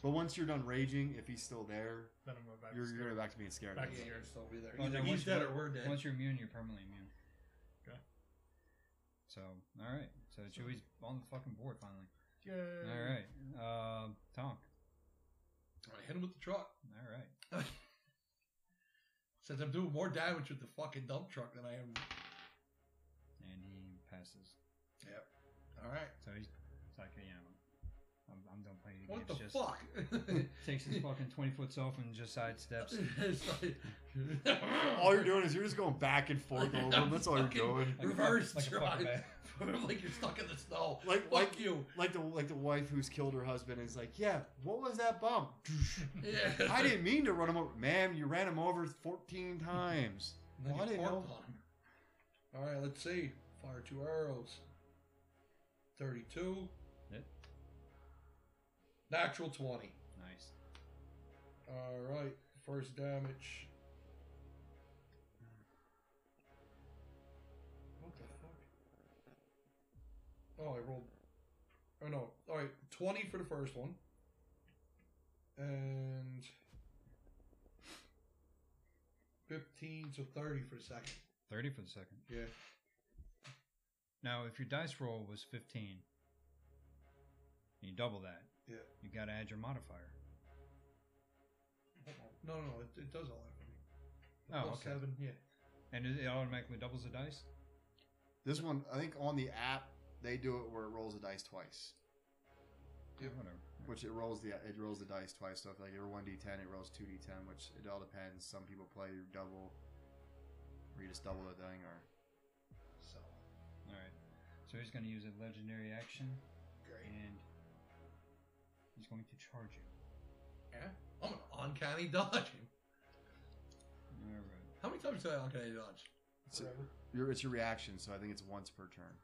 Speaker 3: But once you're done raging, if he's still there,
Speaker 4: Then I'm going back. to
Speaker 3: you're,
Speaker 4: scared.
Speaker 3: you're gonna back to being scared.
Speaker 4: Back-
Speaker 5: Yeah,
Speaker 4: scared.
Speaker 5: you'll still be there.
Speaker 2: Well,
Speaker 5: Either
Speaker 2: no,
Speaker 5: he's
Speaker 2: once-
Speaker 5: dead or we're dead.
Speaker 2: Once you're immune, you're permanently immune.
Speaker 4: Okay.
Speaker 2: So, all right. So Chewie's on the fucking board finally.
Speaker 4: Yay.
Speaker 2: All right. Uh, Tonk.
Speaker 5: All right, hit him with the truck.
Speaker 2: All right.
Speaker 5: Since I'm doing more damage with the fucking dump truck than I am.
Speaker 2: And he passes.
Speaker 5: Yep. All right.
Speaker 2: So he's it's like, you know, I'm, I'm done playing the
Speaker 5: What
Speaker 2: game.
Speaker 5: the
Speaker 2: It's just-
Speaker 5: fuck? [laughs]
Speaker 2: [laughs] Takes his fucking 20 foot self and just sidesteps.
Speaker 5: It's like-
Speaker 3: All you're doing is you're just going back and forth over him. That's all you're
Speaker 5: Fucking-
Speaker 3: doing.
Speaker 5: [laughs]
Speaker 2: Like a fuck-
Speaker 5: Reverse
Speaker 2: like a fucking
Speaker 5: drive.
Speaker 2: bat.
Speaker 5: [laughs] like you're stuck in the snow.
Speaker 3: Like-
Speaker 5: fuck
Speaker 3: like-
Speaker 5: you.
Speaker 3: Like the like the wife who's killed her husband is like, yeah, what was that bomb?
Speaker 5: [laughs] Yeah.
Speaker 3: I didn't mean to run him over, ma'am. You ran him over 14 times.
Speaker 5: And then
Speaker 3: Well, I
Speaker 5: you
Speaker 3: didn't
Speaker 5: parked
Speaker 3: know.
Speaker 5: on him. All right, let's see. Fire two arrows. 32.
Speaker 2: Hit.
Speaker 5: Natural 20.
Speaker 2: Nice.
Speaker 5: All right, first damage. What the fuck? Oh, I rolled. Oh no! All right, twenty for the first one, and fifteen to thirty for the second.
Speaker 2: 30 for the second.
Speaker 5: Yeah.
Speaker 2: Now, if your dice roll was 15, you double that.
Speaker 5: Yeah.
Speaker 2: You got to add your modifier.
Speaker 5: No, no, no it, it does all that for me.
Speaker 2: Oh,
Speaker 5: Plus
Speaker 2: okay.
Speaker 5: seven. Yeah.
Speaker 2: And it, it automatically doubles the dice?
Speaker 3: This one, I think on the app they do it where it rolls the dice twice,
Speaker 2: Yeah,
Speaker 5: Yeah.
Speaker 2: Oh, Whatever.
Speaker 3: which it rolls the it rolls the dice twice. So if like you're one d10, it rolls two d10, which it all depends. Some people play double, or you just double the thing, or
Speaker 5: So
Speaker 2: All right. So he's going to use a legendary action
Speaker 5: great.
Speaker 2: and he's going to charge you.
Speaker 5: Yeah. I'm an uncanny dodge. [laughs]
Speaker 2: All right.
Speaker 5: How many times did I uncanny dodge?
Speaker 3: it's, a- your, it's your reaction. So I think it's once per turn.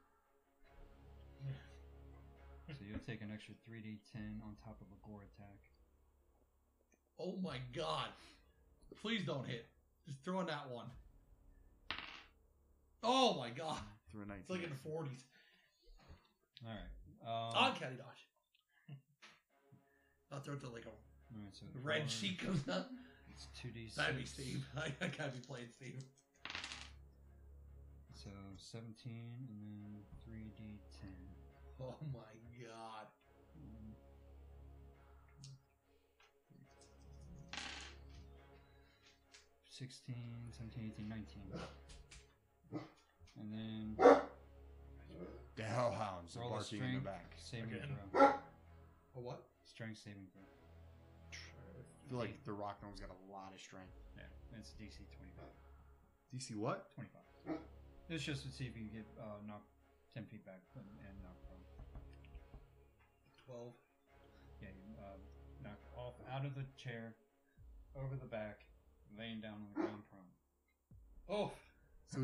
Speaker 2: So you'll take an extra 3d10 on top of a gore attack.
Speaker 5: Oh my god. Please don't hit. Just throw in that one. Oh my god.
Speaker 3: Through a 19.
Speaker 5: It's like in the forties.
Speaker 2: All right. Um,
Speaker 5: Uncanny dodge. I'll throw it to like a
Speaker 2: all right, so four,
Speaker 5: red sheet [laughs] comes down.
Speaker 2: It's 2d6.
Speaker 5: That'd be Steve. [laughs] I, I gotta be playing Steve.
Speaker 2: So 17 and then 3d10.
Speaker 5: Oh my god.
Speaker 2: Sixteen, seventeen, eighteen, nineteen, And then
Speaker 3: the hellhounds are
Speaker 2: roll a
Speaker 3: barking in the
Speaker 2: strength
Speaker 3: back.
Speaker 2: saving
Speaker 4: Again.
Speaker 2: throw.
Speaker 5: A what?
Speaker 2: Strength saving throw.
Speaker 3: I feel like the rock gnome's got a lot of strength.
Speaker 2: Yeah, it's DC 25.
Speaker 3: DC what?
Speaker 2: 25. It's just to see if you can get uh, knocked 10 feet back and, and uh, knocked prone.
Speaker 5: Twelve.
Speaker 2: Yeah, you uh, knock off out of the chair, over the back, laying down on the ground prone.
Speaker 5: Oh,
Speaker 3: So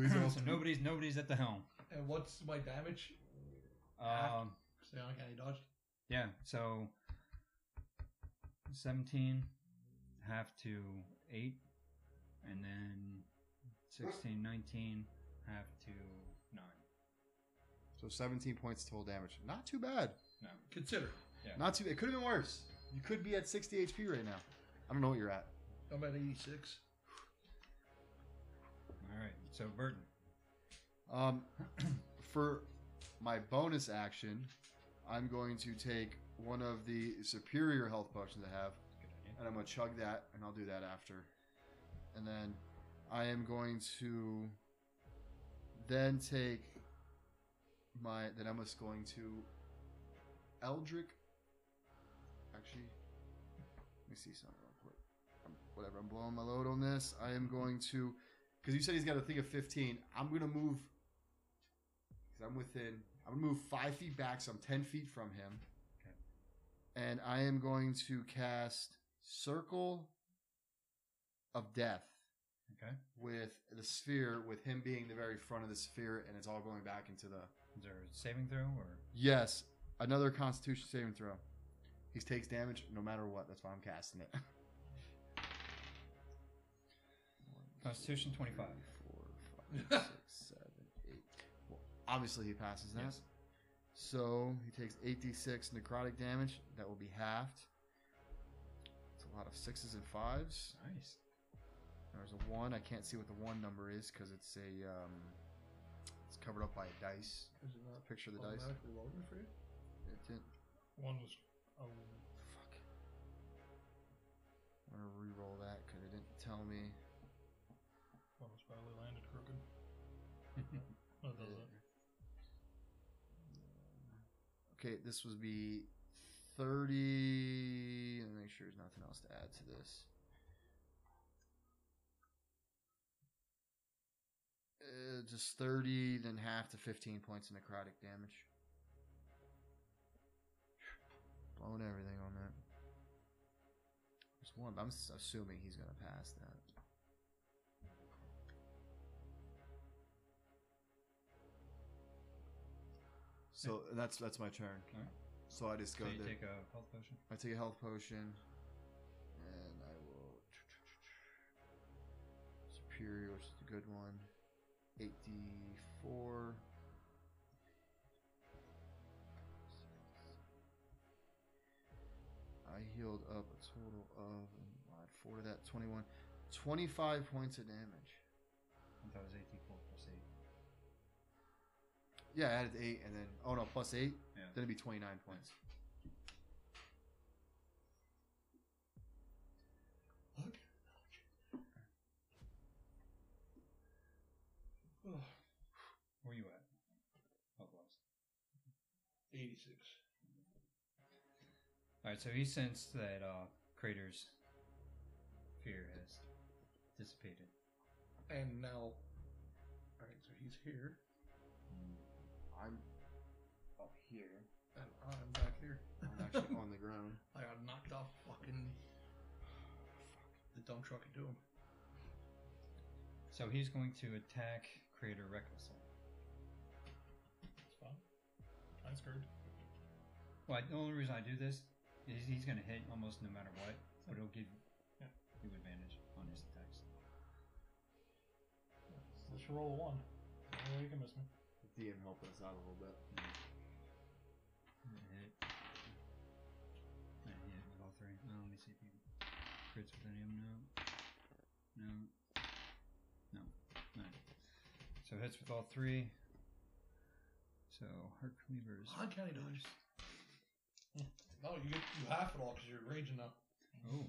Speaker 2: [clears throat]
Speaker 3: he's all
Speaker 2: so nobody's nobody's at the helm.
Speaker 5: and what's my damage? Ah.
Speaker 2: Um,
Speaker 5: Say uncanny dodge.
Speaker 2: Yeah, so 17, half to 8, and then 16, 19, half to 9.
Speaker 3: So 17 points total damage. Not too bad.
Speaker 2: No.
Speaker 5: Consider.
Speaker 3: Not too. It could have been worse. You could be at 60 HP right now. I don't know what you're at.
Speaker 5: I'm at eighty [laughs] six.
Speaker 2: All right, so Burton.
Speaker 3: Um, [clears throat] for my bonus action, I'm going to take one of the superior health potions I have,
Speaker 2: Good idea.
Speaker 3: and I'm gonna chug that, and I'll do that after. And then I am going to then take my. Then I'm just going to Eldric. Actually, let me see something real quick. I'm, whatever, I'm blowing my load on this. I am going to, because you said he's got a thing of 15. I'm gonna move. Because I'm within. I'm gonna move five feet back, so I'm 10 feet from him.
Speaker 2: Okay.
Speaker 3: And I am going to cast Circle of Death
Speaker 2: Okay,
Speaker 3: with the sphere, with him being the very front of the sphere, and it's all going back into the.
Speaker 2: is there a saving throw or?
Speaker 3: Yes, another Constitution saving throw. He takes damage no matter what. That's why I'm casting it. [laughs]
Speaker 2: Constitution 25.
Speaker 3: Three, four, five, six, seven, eight. Well, obviously, he passes that.
Speaker 2: Yes.
Speaker 3: So he takes 8d6 necrotic damage. That will be halved. It's a lot of sixes and fives.
Speaker 2: Nice.
Speaker 3: There's a one. I can't see what the one number is because it's a um, it's covered up by a dice.
Speaker 5: Is it not
Speaker 3: Picture the dice.
Speaker 5: automatically rolling for you?
Speaker 3: It didn't.
Speaker 4: One was
Speaker 3: Oh fuck! I'm gonna re-roll that because it didn't tell me.
Speaker 4: one was probably landed
Speaker 2: [laughs]
Speaker 4: crooked. Oh, it does that.
Speaker 3: Okay, this would be 30. Let me make sure there's nothing else to add to this. Uh, just 30, then half to 15 points of necrotic damage. Blowing everything on that. There's one, but I'm s- assuming he's going to pass that. So that's that's my turn.
Speaker 2: Alright.
Speaker 3: So I just
Speaker 2: So you take a health potion.
Speaker 3: I take a health potion, and I will superior, which is a good one. Eight D four. I healed up a total of and we'll add four to that 21. 25 points of damage.
Speaker 2: I thought it was 84 plus 8.
Speaker 3: Yeah, I added eight and then oh no, plus eight.
Speaker 2: Yeah.
Speaker 3: Then it'd be 29 points.
Speaker 2: Where you at? Health wise.
Speaker 5: 86.
Speaker 2: Alright, so he sensed that uh, Crater's fear has dissipated.
Speaker 5: And now. Alright, so he's here,
Speaker 3: I'm up here.
Speaker 5: and I'm back here.
Speaker 3: [laughs] I'm actually on the ground.
Speaker 5: [laughs] I got knocked off fucking. [sighs] The dump truck could do him.
Speaker 2: So he's going to attack Crater recklessly.
Speaker 4: It's fine. I screwed.
Speaker 2: Well, the only reason I do this is he's going to hit almost no matter what, but it'll give
Speaker 4: Yeah.
Speaker 2: you advantage on his attacks.
Speaker 4: Let's roll a one. Only way you can miss me.
Speaker 3: DM helping us out a little bit.
Speaker 2: That hit. That hit with all three. Now let me see if he crits with any of them. No. No. No. No. So hits with all three. So Herc Cleaver is.
Speaker 5: Hard County Dodge. No, you get you half it all because you're raging up.
Speaker 2: Oh.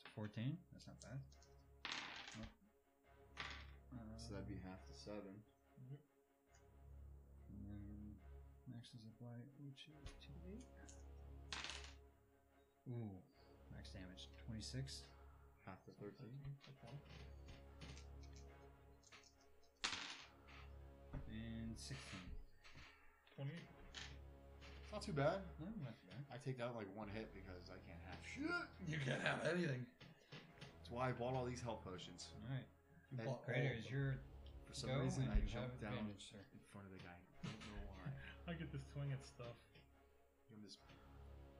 Speaker 2: It's 14. That's not bad. Nope.
Speaker 3: So that'd be half to seven.
Speaker 2: And then next is a blight, which is 2d8. Ooh, max damage 26.
Speaker 3: Half to thirteen.
Speaker 4: That's one.
Speaker 2: And 16.
Speaker 4: 28.
Speaker 3: It's not too bad.
Speaker 2: No, not too bad.
Speaker 3: I take that like one hit because I can't have shit.
Speaker 5: [laughs] You can't have anything.
Speaker 3: That's why I bought all these health potions.
Speaker 2: Alright.
Speaker 5: You
Speaker 3: And
Speaker 5: bought
Speaker 2: Crater,
Speaker 5: all of
Speaker 2: is
Speaker 5: them.
Speaker 2: your.
Speaker 3: Oh, For some
Speaker 2: go,
Speaker 3: reason,
Speaker 2: and
Speaker 3: I
Speaker 2: you have
Speaker 3: jumped down
Speaker 2: advantage, sir.
Speaker 3: in front of the guy. I don't know why. [laughs]
Speaker 4: I get this swing at stuff.
Speaker 3: I'm just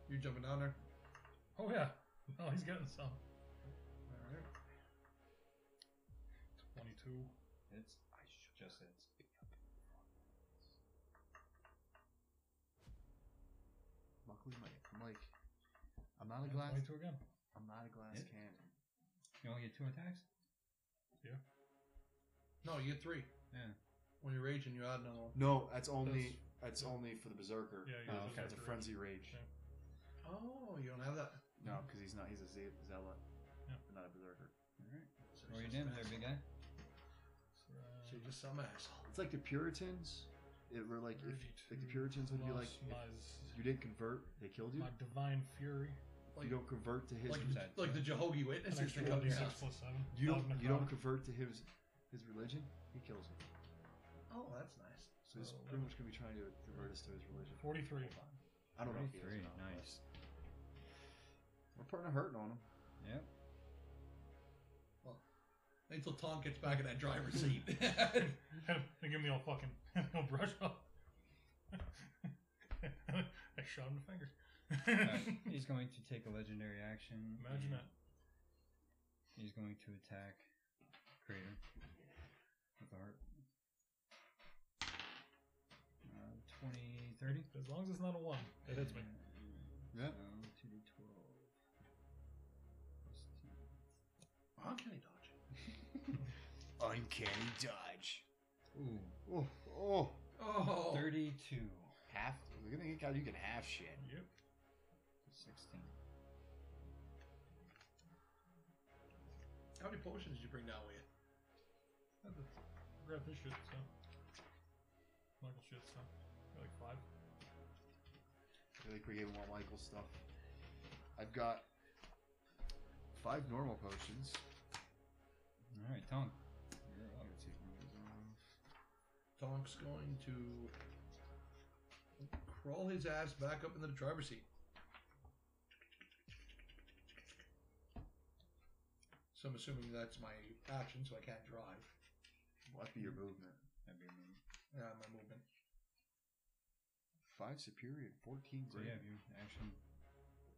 Speaker 5: You're jumping down there.
Speaker 4: Oh yeah. Oh, he's getting some.
Speaker 5: All right.
Speaker 4: Twenty-two.
Speaker 2: Hits. I just hits.
Speaker 3: luckily my I'm like I'm not a
Speaker 4: And
Speaker 3: glass.
Speaker 4: Twenty-two again.
Speaker 3: I'm not a glass
Speaker 2: Hit.
Speaker 3: cannon.
Speaker 2: You only get two attacks?
Speaker 5: No, you get three.
Speaker 2: Yeah.
Speaker 5: When you're raging, you add another one.
Speaker 3: No, that's only that's, only for the berserker.
Speaker 4: Yeah, you
Speaker 2: Oh,
Speaker 4: get
Speaker 2: okay.
Speaker 4: this
Speaker 3: It's a
Speaker 4: rage.
Speaker 3: frenzy rage.
Speaker 4: Yeah.
Speaker 5: Oh, you don't have that.
Speaker 3: No, because he's not. He's a ze- zealot,
Speaker 4: Yeah.
Speaker 3: not a berserker.
Speaker 2: Alright.
Speaker 5: So
Speaker 2: Roll your
Speaker 5: he's
Speaker 2: damage
Speaker 5: just
Speaker 2: there,
Speaker 5: an
Speaker 2: big guy.
Speaker 5: asshole. So you're just some asshole.
Speaker 3: It's like the Puritans. It were like if like the Puritans would be like,
Speaker 4: Lost
Speaker 3: if
Speaker 4: my,
Speaker 3: you didn't convert, they killed you.
Speaker 4: my divine fury.
Speaker 3: If you don't convert to his.
Speaker 5: Like,
Speaker 2: inside.
Speaker 5: like the Jehovah
Speaker 4: An
Speaker 5: Witnesses
Speaker 4: extra
Speaker 5: that come to your
Speaker 4: 1d6
Speaker 5: house.
Speaker 4: plus seven.
Speaker 3: you don't.
Speaker 4: Thousand
Speaker 3: You don't
Speaker 4: necrotic.
Speaker 3: convert to his his religion. He kills you.
Speaker 5: Oh, that's nice.
Speaker 3: So he's
Speaker 4: Oh,
Speaker 3: pretty
Speaker 4: wow.
Speaker 3: much gonna be trying to convert us to his religion.
Speaker 4: Forty-three.
Speaker 3: I don't know. If he is or
Speaker 2: 33,
Speaker 3: not, but
Speaker 2: nice.
Speaker 3: We're putting a hurting on him. [laughs]
Speaker 2: Yep.
Speaker 5: Wait till Tom gets back in that driver's seat.
Speaker 4: [laughs]
Speaker 5: [laughs]
Speaker 4: they give me all fucking. [laughs] They'll brush up. [laughs] I shot him the fingers. [laughs]
Speaker 2: Alright, He's going to take a legendary action.
Speaker 4: Imagine
Speaker 2: and
Speaker 4: that.
Speaker 2: He's going to attack Crater. With the heart. Uh, 20, 30.
Speaker 4: As long as it's not a one, it hits me.
Speaker 3: Mm. Yeah.
Speaker 2: Um, 2d12. Plus 10.
Speaker 5: How can he dodge?
Speaker 6: Uncanny dodge.
Speaker 2: Ooh.
Speaker 3: Oh, oh.
Speaker 5: Oh,
Speaker 2: 32.
Speaker 6: Half. Look at that, God, you can half shit.
Speaker 4: Yep.
Speaker 2: 16.
Speaker 5: how many potions did you bring down with you?
Speaker 4: I had to grab his shit, so. Michael shit, so. Got like five.
Speaker 3: I think we gave him all Michael stuff. I've got five normal potions.
Speaker 2: Alright, Tongue. You're up.
Speaker 5: Tonk's going to crawl his ass back up into the driver's seat. So I'm assuming that's my action, so I can't drive.
Speaker 3: Well, that'd be
Speaker 2: Hmm.
Speaker 3: your movement.
Speaker 2: That'd be amazing.
Speaker 5: Uh, my movement.
Speaker 3: Five superior and fourteen
Speaker 2: So
Speaker 3: great.
Speaker 2: yeah, you action,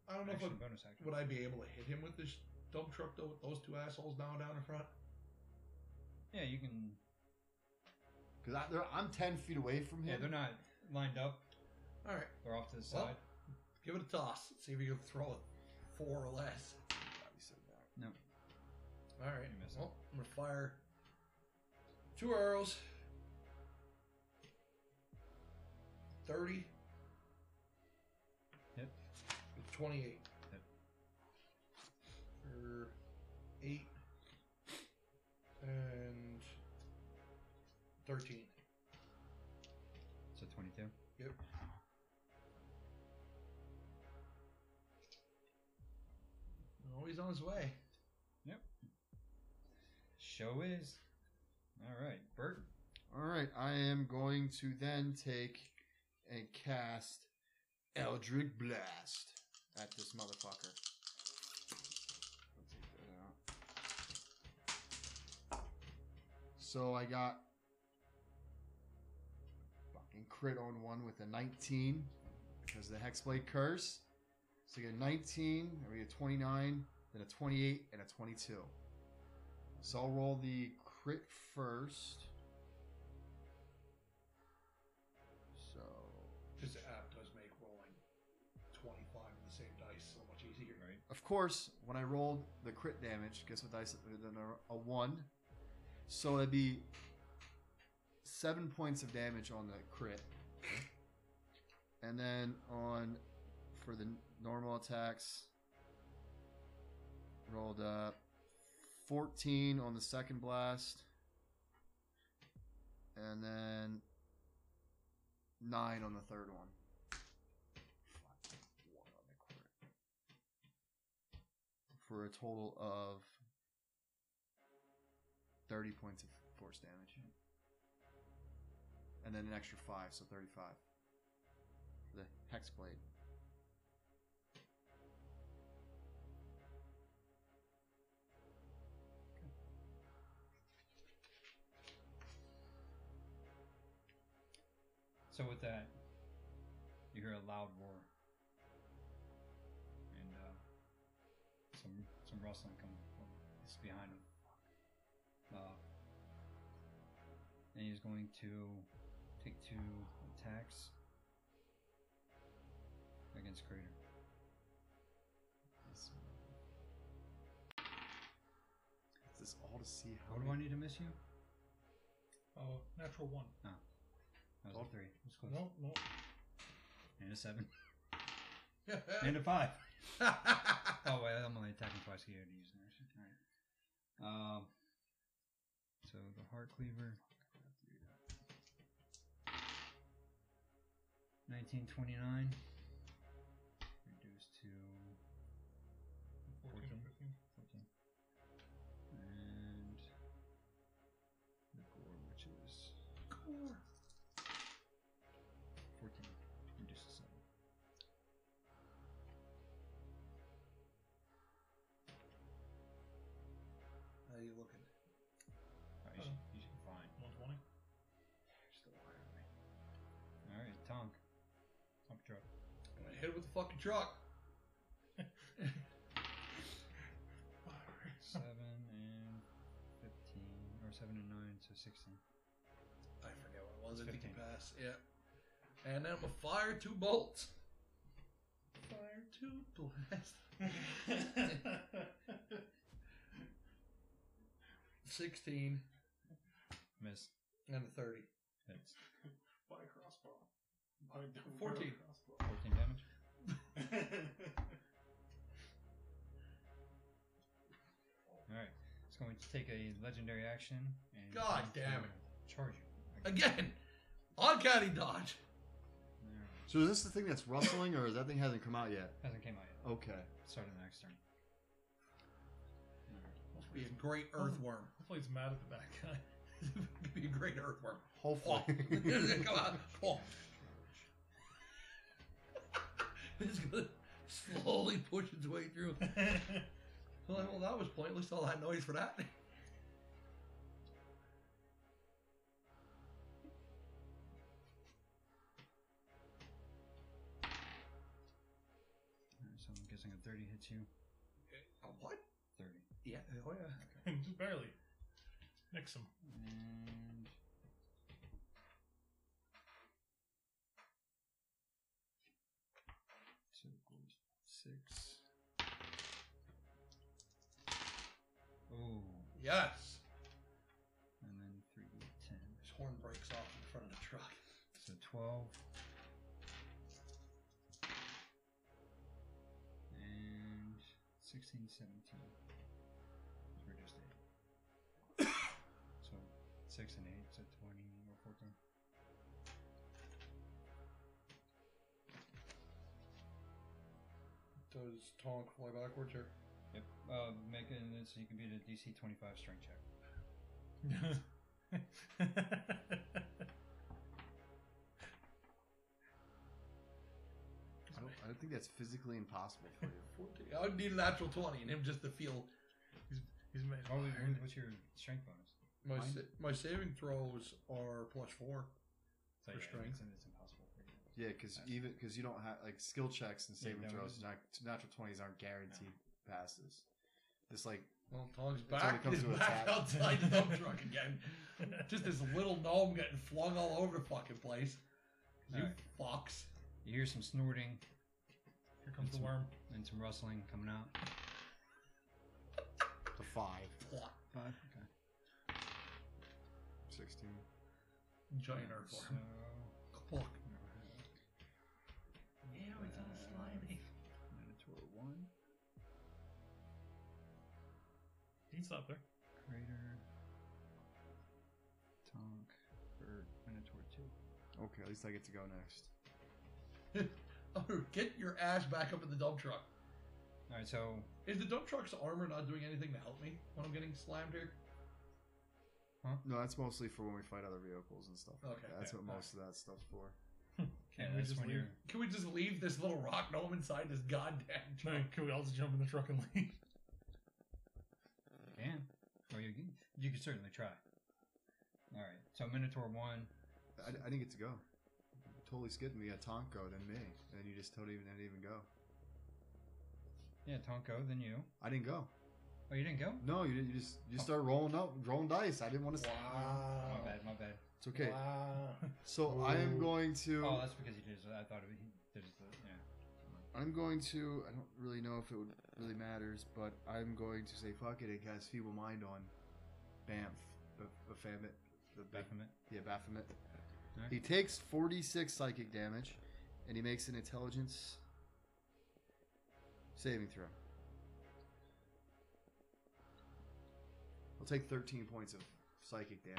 Speaker 5: I don't know if
Speaker 2: action
Speaker 5: I'd-
Speaker 2: bonus action.
Speaker 5: would I be able to hit him with this dump truck though, with those two assholes down down in front.
Speaker 2: Yeah, you can.
Speaker 3: Because I'm ten feet away from him.
Speaker 2: Yeah, they're not lined up.
Speaker 5: All right,
Speaker 2: They're off to the
Speaker 5: Well,
Speaker 2: side.
Speaker 5: give it a toss. See if you can throw it four or less.
Speaker 3: God, he said that.
Speaker 2: No.
Speaker 5: All right.
Speaker 2: You missed
Speaker 5: Well, I'm gonna fire two arrows. Thirty.
Speaker 2: Hit.
Speaker 5: With Twenty-eight.
Speaker 2: Hit.
Speaker 5: For eight and thirteen.
Speaker 2: So 22.
Speaker 5: Yep. Oh, he's on his way.
Speaker 2: Show is. All right, Burton.
Speaker 3: All right, I am going to then take and cast Eldritch Blast at this motherfucker. I'll take that out. So I got fucking crit on one with a 19 because of the Hexblade Curse. So I get a 19, I get a 29, then a 28, and a 22. So I'll roll the crit first. So
Speaker 5: Because the app does make rolling 25 in the same dice so much easier.
Speaker 2: Right.
Speaker 3: Of course, when I rolled the crit damage, guess what dice? uh, then A a one. So that'd be seven points of damage on the crit, and then on for the normal attacks, rolled uh, fourteen on the second blast, and then nine on the third one. Fuck, one on the crit for a total of 30 points of force damage. And then an extra 5, so 35. The hex blade.
Speaker 2: So with that, you hear a loud roar, and uh, some some rustling coming. From, it's behind him. Uh, and he's going to take two attacks against Crater.
Speaker 3: Is this all to see how
Speaker 2: What do I need to miss you?
Speaker 4: Oh, natural one.
Speaker 2: That was a three. It was close.
Speaker 4: No, no.
Speaker 2: And a seven. [laughs] and a five. Oh, wait, I'm only attacking twice here to use an action. Alright. Um, so the Heart Cleaver. 1929. Reduced to
Speaker 4: 14 or 15.
Speaker 2: 14. And the Gore, which is 14. Reduced to 7.
Speaker 5: How are you looking?
Speaker 2: Alright, you, should, you should be fine.
Speaker 4: 120.
Speaker 2: Still higher than me. Alright, Tonk. Tonk truck.
Speaker 5: I'm gonna hit it with the fucking truck. [laughs]
Speaker 2: Seven and fifteen. seven and nine, so sixteen.
Speaker 5: I forget what it was. I think he
Speaker 2: 15.
Speaker 5: passed. Yeah. And then I'm gonna fire two bolts. Fire two [laughs] blast.
Speaker 4: [laughs]
Speaker 5: Sixteen
Speaker 2: Miss.
Speaker 5: and a thirty.
Speaker 2: Hits.
Speaker 4: Buy a crossbow. Buy a double barrel
Speaker 5: 14.
Speaker 4: crossbow.
Speaker 2: Fourteen damage.
Speaker 4: [laughs]
Speaker 2: All right. It's going to take a legendary action. And
Speaker 5: God
Speaker 2: it's going
Speaker 5: damn
Speaker 2: to Charge you.
Speaker 5: Again, uncanny dodge.
Speaker 2: There.
Speaker 3: So is this the thing that's rustling, or that thing hasn't come out yet?
Speaker 2: Hasn't came out yet.
Speaker 3: Okay.
Speaker 2: Starting the next turn. All right.
Speaker 5: Must be a great earthworm.
Speaker 4: Hopefully, it's mad at the bad guy. [laughs]
Speaker 5: Could be a great earthworm. [laughs]
Speaker 3: Hopefully.
Speaker 5: Oh,
Speaker 2: [laughs]
Speaker 5: come on, oh. [laughs] It's gonna slowly push its way [laughs] through. Well, well, that was pointless. All that noise for that.
Speaker 2: All right, So I'm guessing a thirty hits you.
Speaker 5: A what?
Speaker 2: Thirty.
Speaker 5: Yeah. Oh yeah.
Speaker 4: Just barely. Nix him. [laughs]
Speaker 2: And so it goes six. Oh,
Speaker 5: Yes.
Speaker 2: and then three d ten.
Speaker 5: His horn breaks off in front of the truck.
Speaker 2: So twelve. And 16, 17. Those were just eight. [coughs] so six and eight, so twenty or fourteen.
Speaker 5: Does Tonk fly backwards or?
Speaker 2: Yep. Uh, make it so you can beat a DC 25 strength check.
Speaker 3: I don't, I don't think that's physically impossible for you.
Speaker 5: 14. I would need a natural 20 and him just to feel.
Speaker 4: He's mad.
Speaker 2: Oh, and what's your strength bonus?
Speaker 5: My,
Speaker 3: Mine?
Speaker 5: sa- my saving throws are plus four.
Speaker 2: So,
Speaker 5: For
Speaker 2: yeah,
Speaker 5: strength?
Speaker 2: It's, it's impossible for you.
Speaker 3: Yeah, because even because you don't have like skill checks and
Speaker 2: Yeah,
Speaker 3: saving
Speaker 2: no,
Speaker 3: throws,
Speaker 2: it's-
Speaker 3: not, natural twenties aren't guaranteed passes. It's like
Speaker 5: Well, Tonk's
Speaker 3: That's when it
Speaker 5: back,
Speaker 3: comes
Speaker 5: is
Speaker 3: to
Speaker 5: back
Speaker 3: attack.
Speaker 5: outside the dump truck [laughs] again.
Speaker 4: [laughs]
Speaker 5: Just this little gnome getting flung all over the fucking place. You
Speaker 2: Alright.
Speaker 5: fox.
Speaker 2: You hear some snorting
Speaker 4: Here comes the worm.
Speaker 2: and some rustling coming out.
Speaker 3: the five.
Speaker 5: Plop.
Speaker 2: Five. Okay.
Speaker 3: 16.
Speaker 5: Giant
Speaker 2: So,
Speaker 5: earthworm. Clock. Now
Speaker 2: it's all slimy. Minotaur one.
Speaker 4: You can stop there.
Speaker 2: Crater. Tonk. Bird. Minotaur two.
Speaker 3: Okay, at least I get to go next.
Speaker 5: Oh, get your ass back up in the dump truck.
Speaker 2: All right. So,
Speaker 5: Is the dump truck's armor not doing anything to help me when I'm getting slammed here?
Speaker 3: No, that's mostly for when we fight other vehicles and stuff. like
Speaker 5: Okay,
Speaker 3: that. that's
Speaker 5: yeah,
Speaker 3: what most of that stuff's for.
Speaker 4: Can
Speaker 2: yeah,
Speaker 4: we
Speaker 2: that's
Speaker 4: just
Speaker 2: when
Speaker 4: leave?
Speaker 2: you're-
Speaker 5: Can we just leave this little rock gnome inside this goddamn
Speaker 4: No,
Speaker 5: truck?
Speaker 4: can we all just jump in the truck and [laughs] leave?
Speaker 2: Can. Or you can, you can certainly try. All right. So Minotaur one.
Speaker 3: I, I didn't get to go. Totally skipped me. You got Tonko, then me, and you just totally didn't even go.
Speaker 2: Yeah, Tonko. Then you.
Speaker 3: I didn't go.
Speaker 2: Oh, you didn't go.
Speaker 3: No, you didn't. You just you start rolling up, rolling dice. I didn't want to.
Speaker 5: Wow.
Speaker 2: My bad. My bad.
Speaker 3: It's okay.
Speaker 5: Wow.
Speaker 3: So I am going to.
Speaker 2: Oh, that's because he did. so I thought it, he did. it so- Yeah.
Speaker 3: I'm going to. I don't really know if it would really matters, but I'm going to say fuck it and cast Feeble Mind on Bamf, B- Baphomet, the big,
Speaker 2: Baphomet.
Speaker 3: yeah Baphomet.
Speaker 2: Alright.
Speaker 3: He takes 46 psychic damage, and he makes an intelligence saving throw. I'll take 13 points of psychic damage.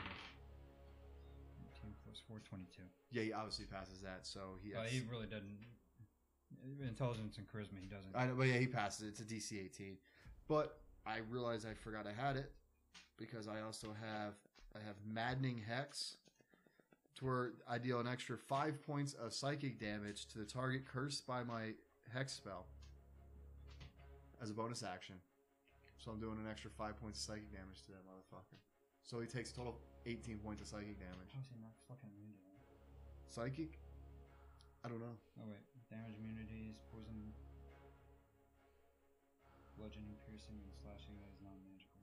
Speaker 2: 19 plus 4, 22.
Speaker 3: Yeah, he obviously passes that, so he.
Speaker 2: Oh,
Speaker 3: Has,
Speaker 2: he really doesn't. Intelligence and charisma, he doesn't.
Speaker 3: I know, but yeah, he passes it. It's a DC 18. But I realized I forgot I had it because I also have I have maddening hex, to where I deal an extra five points of psychic damage to the target cursed by my hex spell as a bonus action. So I'm doing an extra five points of psychic damage to that motherfucker. So he takes a total of 18 points of psychic damage.
Speaker 2: How's he not fucking immune to that?
Speaker 3: Psychic? I don't know.
Speaker 2: Oh, wait. Damage immunities, poison, bludgeoning, piercing, and slashing that is non magical.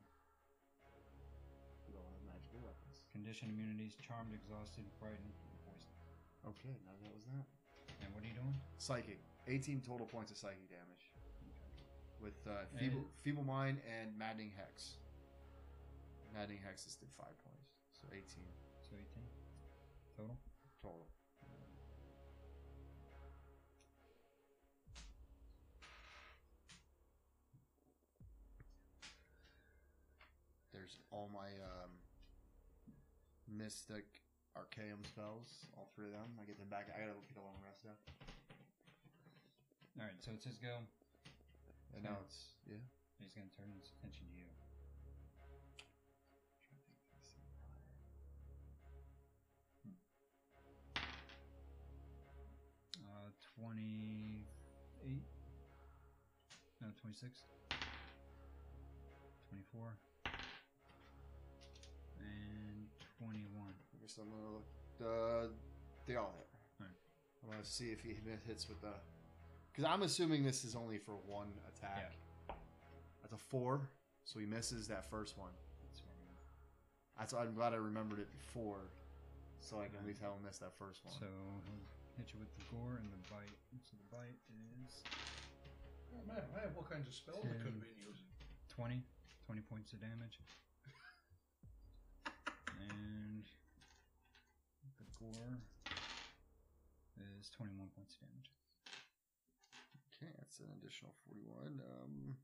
Speaker 3: You don't have magic
Speaker 2: condition, immunities, charmed, exhausted, frightened, and poisoned.
Speaker 3: Okay, now that was that.
Speaker 2: And what are you doing?
Speaker 3: Psychic. 18 total points of psychic damage. With uh, feeble, feeble mind and maddening hex. Maddening hex just did five points, so 18
Speaker 2: So 18 total.
Speaker 3: total. There's all my um, mystic archaeum spells, all three of them. I get them back. I gotta get a long rest now.
Speaker 2: All right, so it's his go.
Speaker 3: And now it's yeah.
Speaker 2: He's gonna turn his attention to you. Uh, 28? No, 26. 24. And 21.
Speaker 3: I guess I'm gonna look. Uh, they all hit.
Speaker 2: Alright.
Speaker 3: I'm gonna see if he hit- hits with the. Because I'm assuming this is only for one attack. That's a four, so he misses that first one.
Speaker 2: That's what I'm gonna-
Speaker 3: That's I'm glad I remembered it before, so I can at least have him miss that first one.
Speaker 2: So he'll hit you with the gore and the bite. So the bite is
Speaker 5: Oh, man, I have what kinds of spells I could
Speaker 2: Ten.
Speaker 5: have been using.
Speaker 2: 20. 20 points of damage. and the gore is 21 points of damage.
Speaker 3: Okay, that's an additional 41. Um,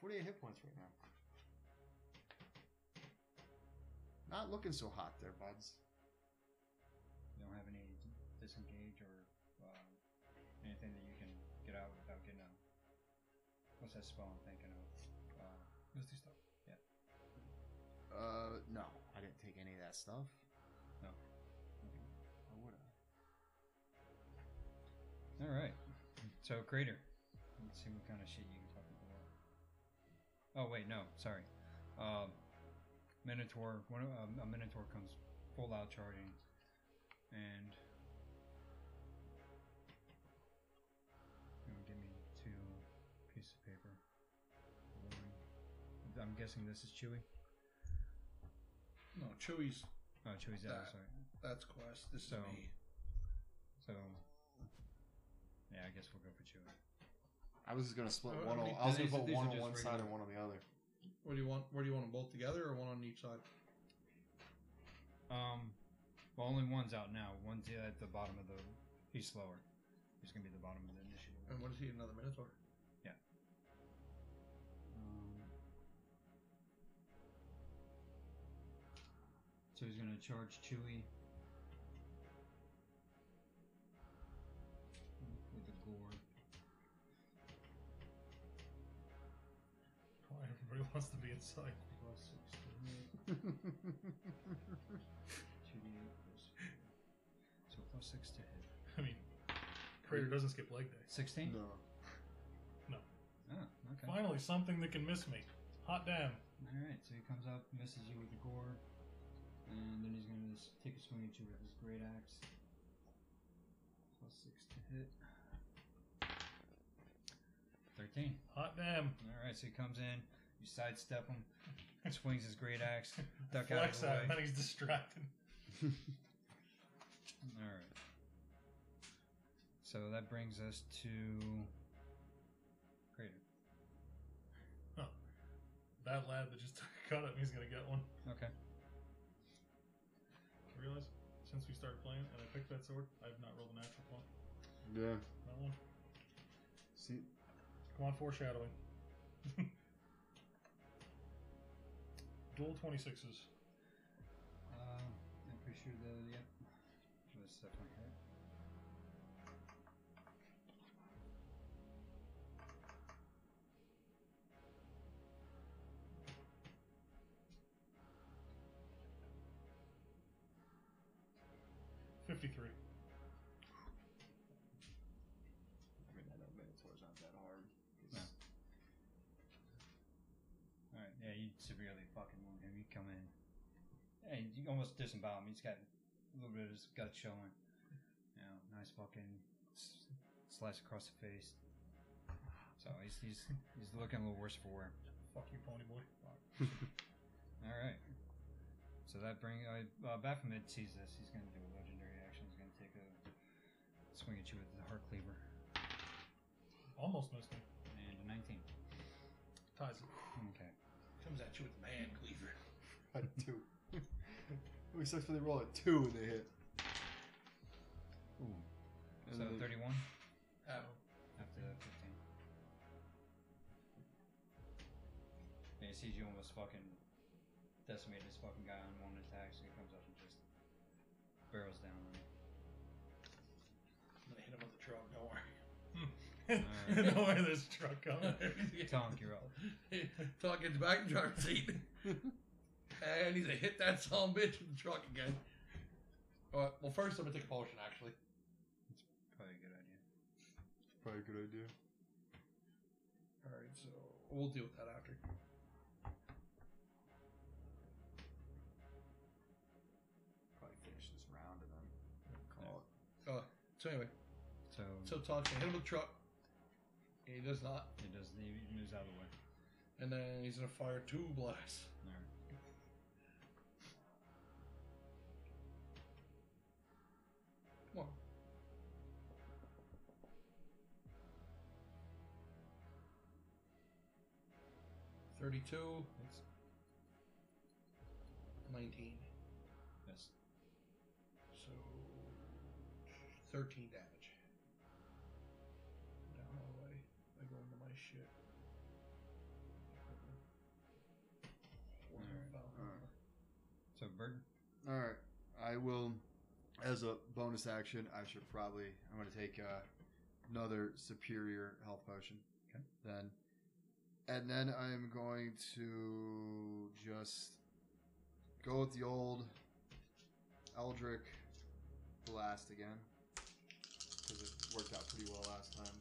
Speaker 3: 48 hit points right now. Not looking so hot there, buds.
Speaker 2: You don't have any disengage or um, anything that you can get out without getting out. What's that spell I'm thinking of? Uh,
Speaker 4: Misty stuff.
Speaker 3: Uh, no, I didn't take any of that stuff.
Speaker 2: No.
Speaker 3: Or would I?
Speaker 2: all right. So crater. Let's see what kind of shit you can talk about. Oh wait, no, sorry. Um, Minotaur. One of, um, a Minotaur comes full out charging, and you know, give me two pieces of paper. One. I'm guessing this is Chewy.
Speaker 5: No, Chewie's.
Speaker 2: Oh, Chewy's out.
Speaker 5: That.
Speaker 2: Sorry.
Speaker 5: That's quest. This
Speaker 2: So-
Speaker 5: is me.
Speaker 2: So, yeah, I guess we'll go for Chewy.
Speaker 3: I was gonna split
Speaker 5: Oh,
Speaker 3: one.
Speaker 5: I
Speaker 3: On,
Speaker 5: mean,
Speaker 3: I was gonna
Speaker 5: these-
Speaker 3: put
Speaker 5: these
Speaker 3: one
Speaker 5: are
Speaker 3: on
Speaker 5: just
Speaker 3: one side and
Speaker 5: regular-
Speaker 3: one on the other.
Speaker 5: Where do you want? Where do you want them both together, or one on each side?
Speaker 2: Um, well, only one's out now. One's at the bottom of the. He's slower. He's gonna be at the bottom of the initiative.
Speaker 5: And what is he? Another Minotaur?
Speaker 2: Um, so he's gonna charge Chewy with the gore.
Speaker 4: Why everybody wants to be inside?
Speaker 2: Plus six to hit, two D eight plus. So plus six to hit.
Speaker 4: I mean, Crater doesn't skip leg day.
Speaker 2: Sixteen. [laughs]
Speaker 3: no.
Speaker 2: Ah, okay.
Speaker 4: Finally, something that can miss me. Hot damn.
Speaker 2: All right, so he comes up, misses you with the gore, and then he's gonna just take a swing at you with his great axe. Plus six to hit. Thirteen.
Speaker 4: Hot damn.
Speaker 2: All right, so he comes in, you sidestep him, swings his great axe, duck out of
Speaker 4: Flex
Speaker 2: the
Speaker 4: out, and
Speaker 2: way.
Speaker 4: he's distracted.
Speaker 2: All right. So that brings us to Crater.
Speaker 4: That lad that just [laughs] cut at me is gonna get one.
Speaker 2: Okay.
Speaker 4: I realize since we started playing and I picked that sword, I have not rolled a natural one.
Speaker 3: Yeah.
Speaker 4: Not one.
Speaker 3: See,
Speaker 4: Come on, foreshadowing. [laughs] Dual 26s.
Speaker 2: Uh, I'm pretty sure the yeah. That's definitely hit.
Speaker 4: Fifty-three.
Speaker 3: I mean, I know Minotaur's not that hard.
Speaker 2: No. Alright, yeah, you severely fucking wound him. You come in. And you almost disembowel him. He's got a little bit of his gut showing. You know, nice fucking s- slice across the face. So he's, he's, he's [laughs] looking a little worse for wear.
Speaker 4: Fuck you, pony boy.
Speaker 2: Alright. So that bring uh, uh, Baphomet sees this. He's going to do a legendary action. He's going to take a swing at you with the heart cleaver
Speaker 4: Almost missed him.
Speaker 2: and a 19.
Speaker 4: Ties it.
Speaker 2: Okay.
Speaker 5: Comes at you with man cleaver.
Speaker 3: I had
Speaker 5: [laughs]
Speaker 3: two. we sucks when they roll a two and they hit.
Speaker 2: Ooh.
Speaker 3: And
Speaker 2: So
Speaker 3: they-
Speaker 2: 31
Speaker 5: Oh,
Speaker 2: after that 15. And he sees you almost fucking decimated this fucking guy on one attack, so he comes up and just barrels down on you.
Speaker 5: I'm gonna hit him with a truck. Don't worry.
Speaker 2: Alright.
Speaker 4: [laughs] no way this truck
Speaker 5: [laughs]
Speaker 4: coming.
Speaker 2: Tonk, you're up.
Speaker 5: Till I get back in the driver's seat. I need to hit that son of a bitch with the truck again. Alright, well, first I'm gonna take a potion, actually.
Speaker 2: Probably a good idea.
Speaker 3: Probably a good idea.
Speaker 5: Alright, so we'll deal with that after.
Speaker 6: Probably finish this round and then call it.
Speaker 5: Uh, so anyway,
Speaker 2: So,
Speaker 5: so Todd's gonna hit him with the truck. And he does not.
Speaker 2: he does. He moves out of the way.
Speaker 5: And then he's gonna fire two blasts.
Speaker 2: Alright.
Speaker 5: Come on. Thirty-two,
Speaker 2: It's
Speaker 5: nineteen.
Speaker 2: yes.
Speaker 5: So, 13 damage. Now, how do I, I go into my shit? Warhammer
Speaker 2: Alright,
Speaker 5: Battle
Speaker 3: alright.
Speaker 5: Armor.
Speaker 2: So bird.
Speaker 3: All right, I will. As a bonus action, I should probably I'm going to take uh, another superior health potion.
Speaker 2: Okay.
Speaker 3: Then, and then I am going to just go with the old Eldric blast again because it worked out pretty well last time.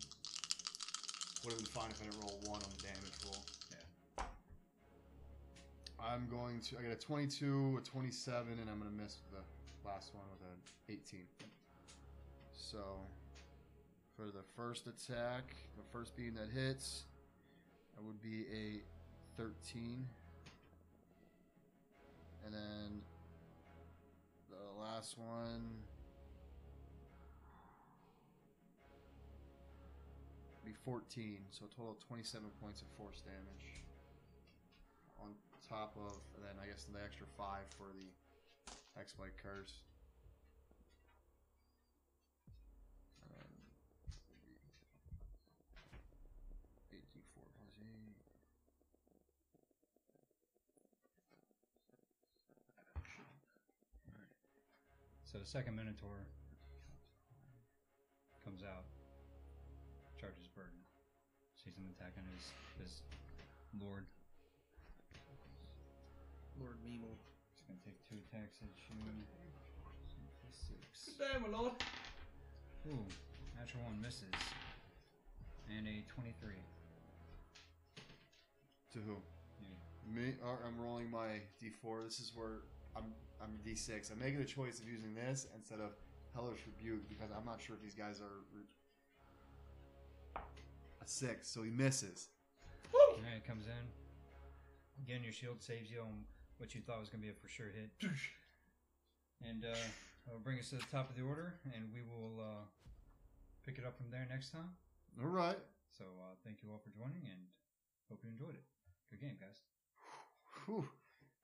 Speaker 3: Would have been fine if I didn't roll one on the damage roll.
Speaker 2: Yeah.
Speaker 3: I'm going to. I got a 22, a 27, and I'm going to miss the last one with an 18. So for the first attack, the first beam that hits, that would be a 13. And then the last one be 14, so a total of 27 points of force damage. On top of, and then I guess the extra 5 for the X-Blade Curse. Um, 84 plus 8.
Speaker 2: So the second Minotaur comes out, charges Burden. Sees him attacking his his lord.
Speaker 5: Lord Mimo.
Speaker 2: He's gonna take two attacks at you.
Speaker 5: Good day, my lord. [laughs]
Speaker 2: Ooh, natural one misses, and a twenty-three.
Speaker 3: To who?
Speaker 2: You-
Speaker 3: Me, or I'm rolling my D4. This is where I'm. I'm D6. I'm making a choice of using this instead of Hellish Rebuke because I'm not sure if these guys are re- a six. So he misses.
Speaker 5: Woo!
Speaker 2: And it comes in. Again, your shield saves you on what you thought was gonna be a for sure hit. And uh, that'll bring us to the top of the order, and we will uh, pick it up from there next time.
Speaker 3: All right.
Speaker 2: So uh, thank you all for joining, and hope you enjoyed it. Good game, guys.
Speaker 3: Whew.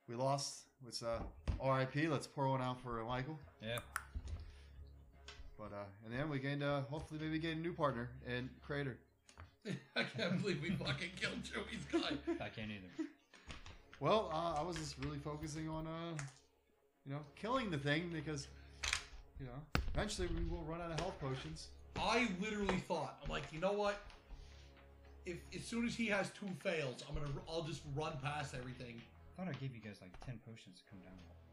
Speaker 3: We lost. It's uh, R.I.P. Let's pour one out for Michael.
Speaker 2: Yeah.
Speaker 3: But uh, in the end, we gained. Uh, hopefully, maybe gained a new partner and creator.
Speaker 5: I can't believe we fucking killed Joey's guy.
Speaker 2: I can't either.
Speaker 3: Well, uh, I was just really focusing on, uh, you know, killing the thing because, you know, eventually we will run out of health potions.
Speaker 5: I literally thought, I'm like, you know what? If as soon as he has two fails, I'm gonna, I'll just run past everything.
Speaker 2: I thought I gave you guys like 10 potions to come down with.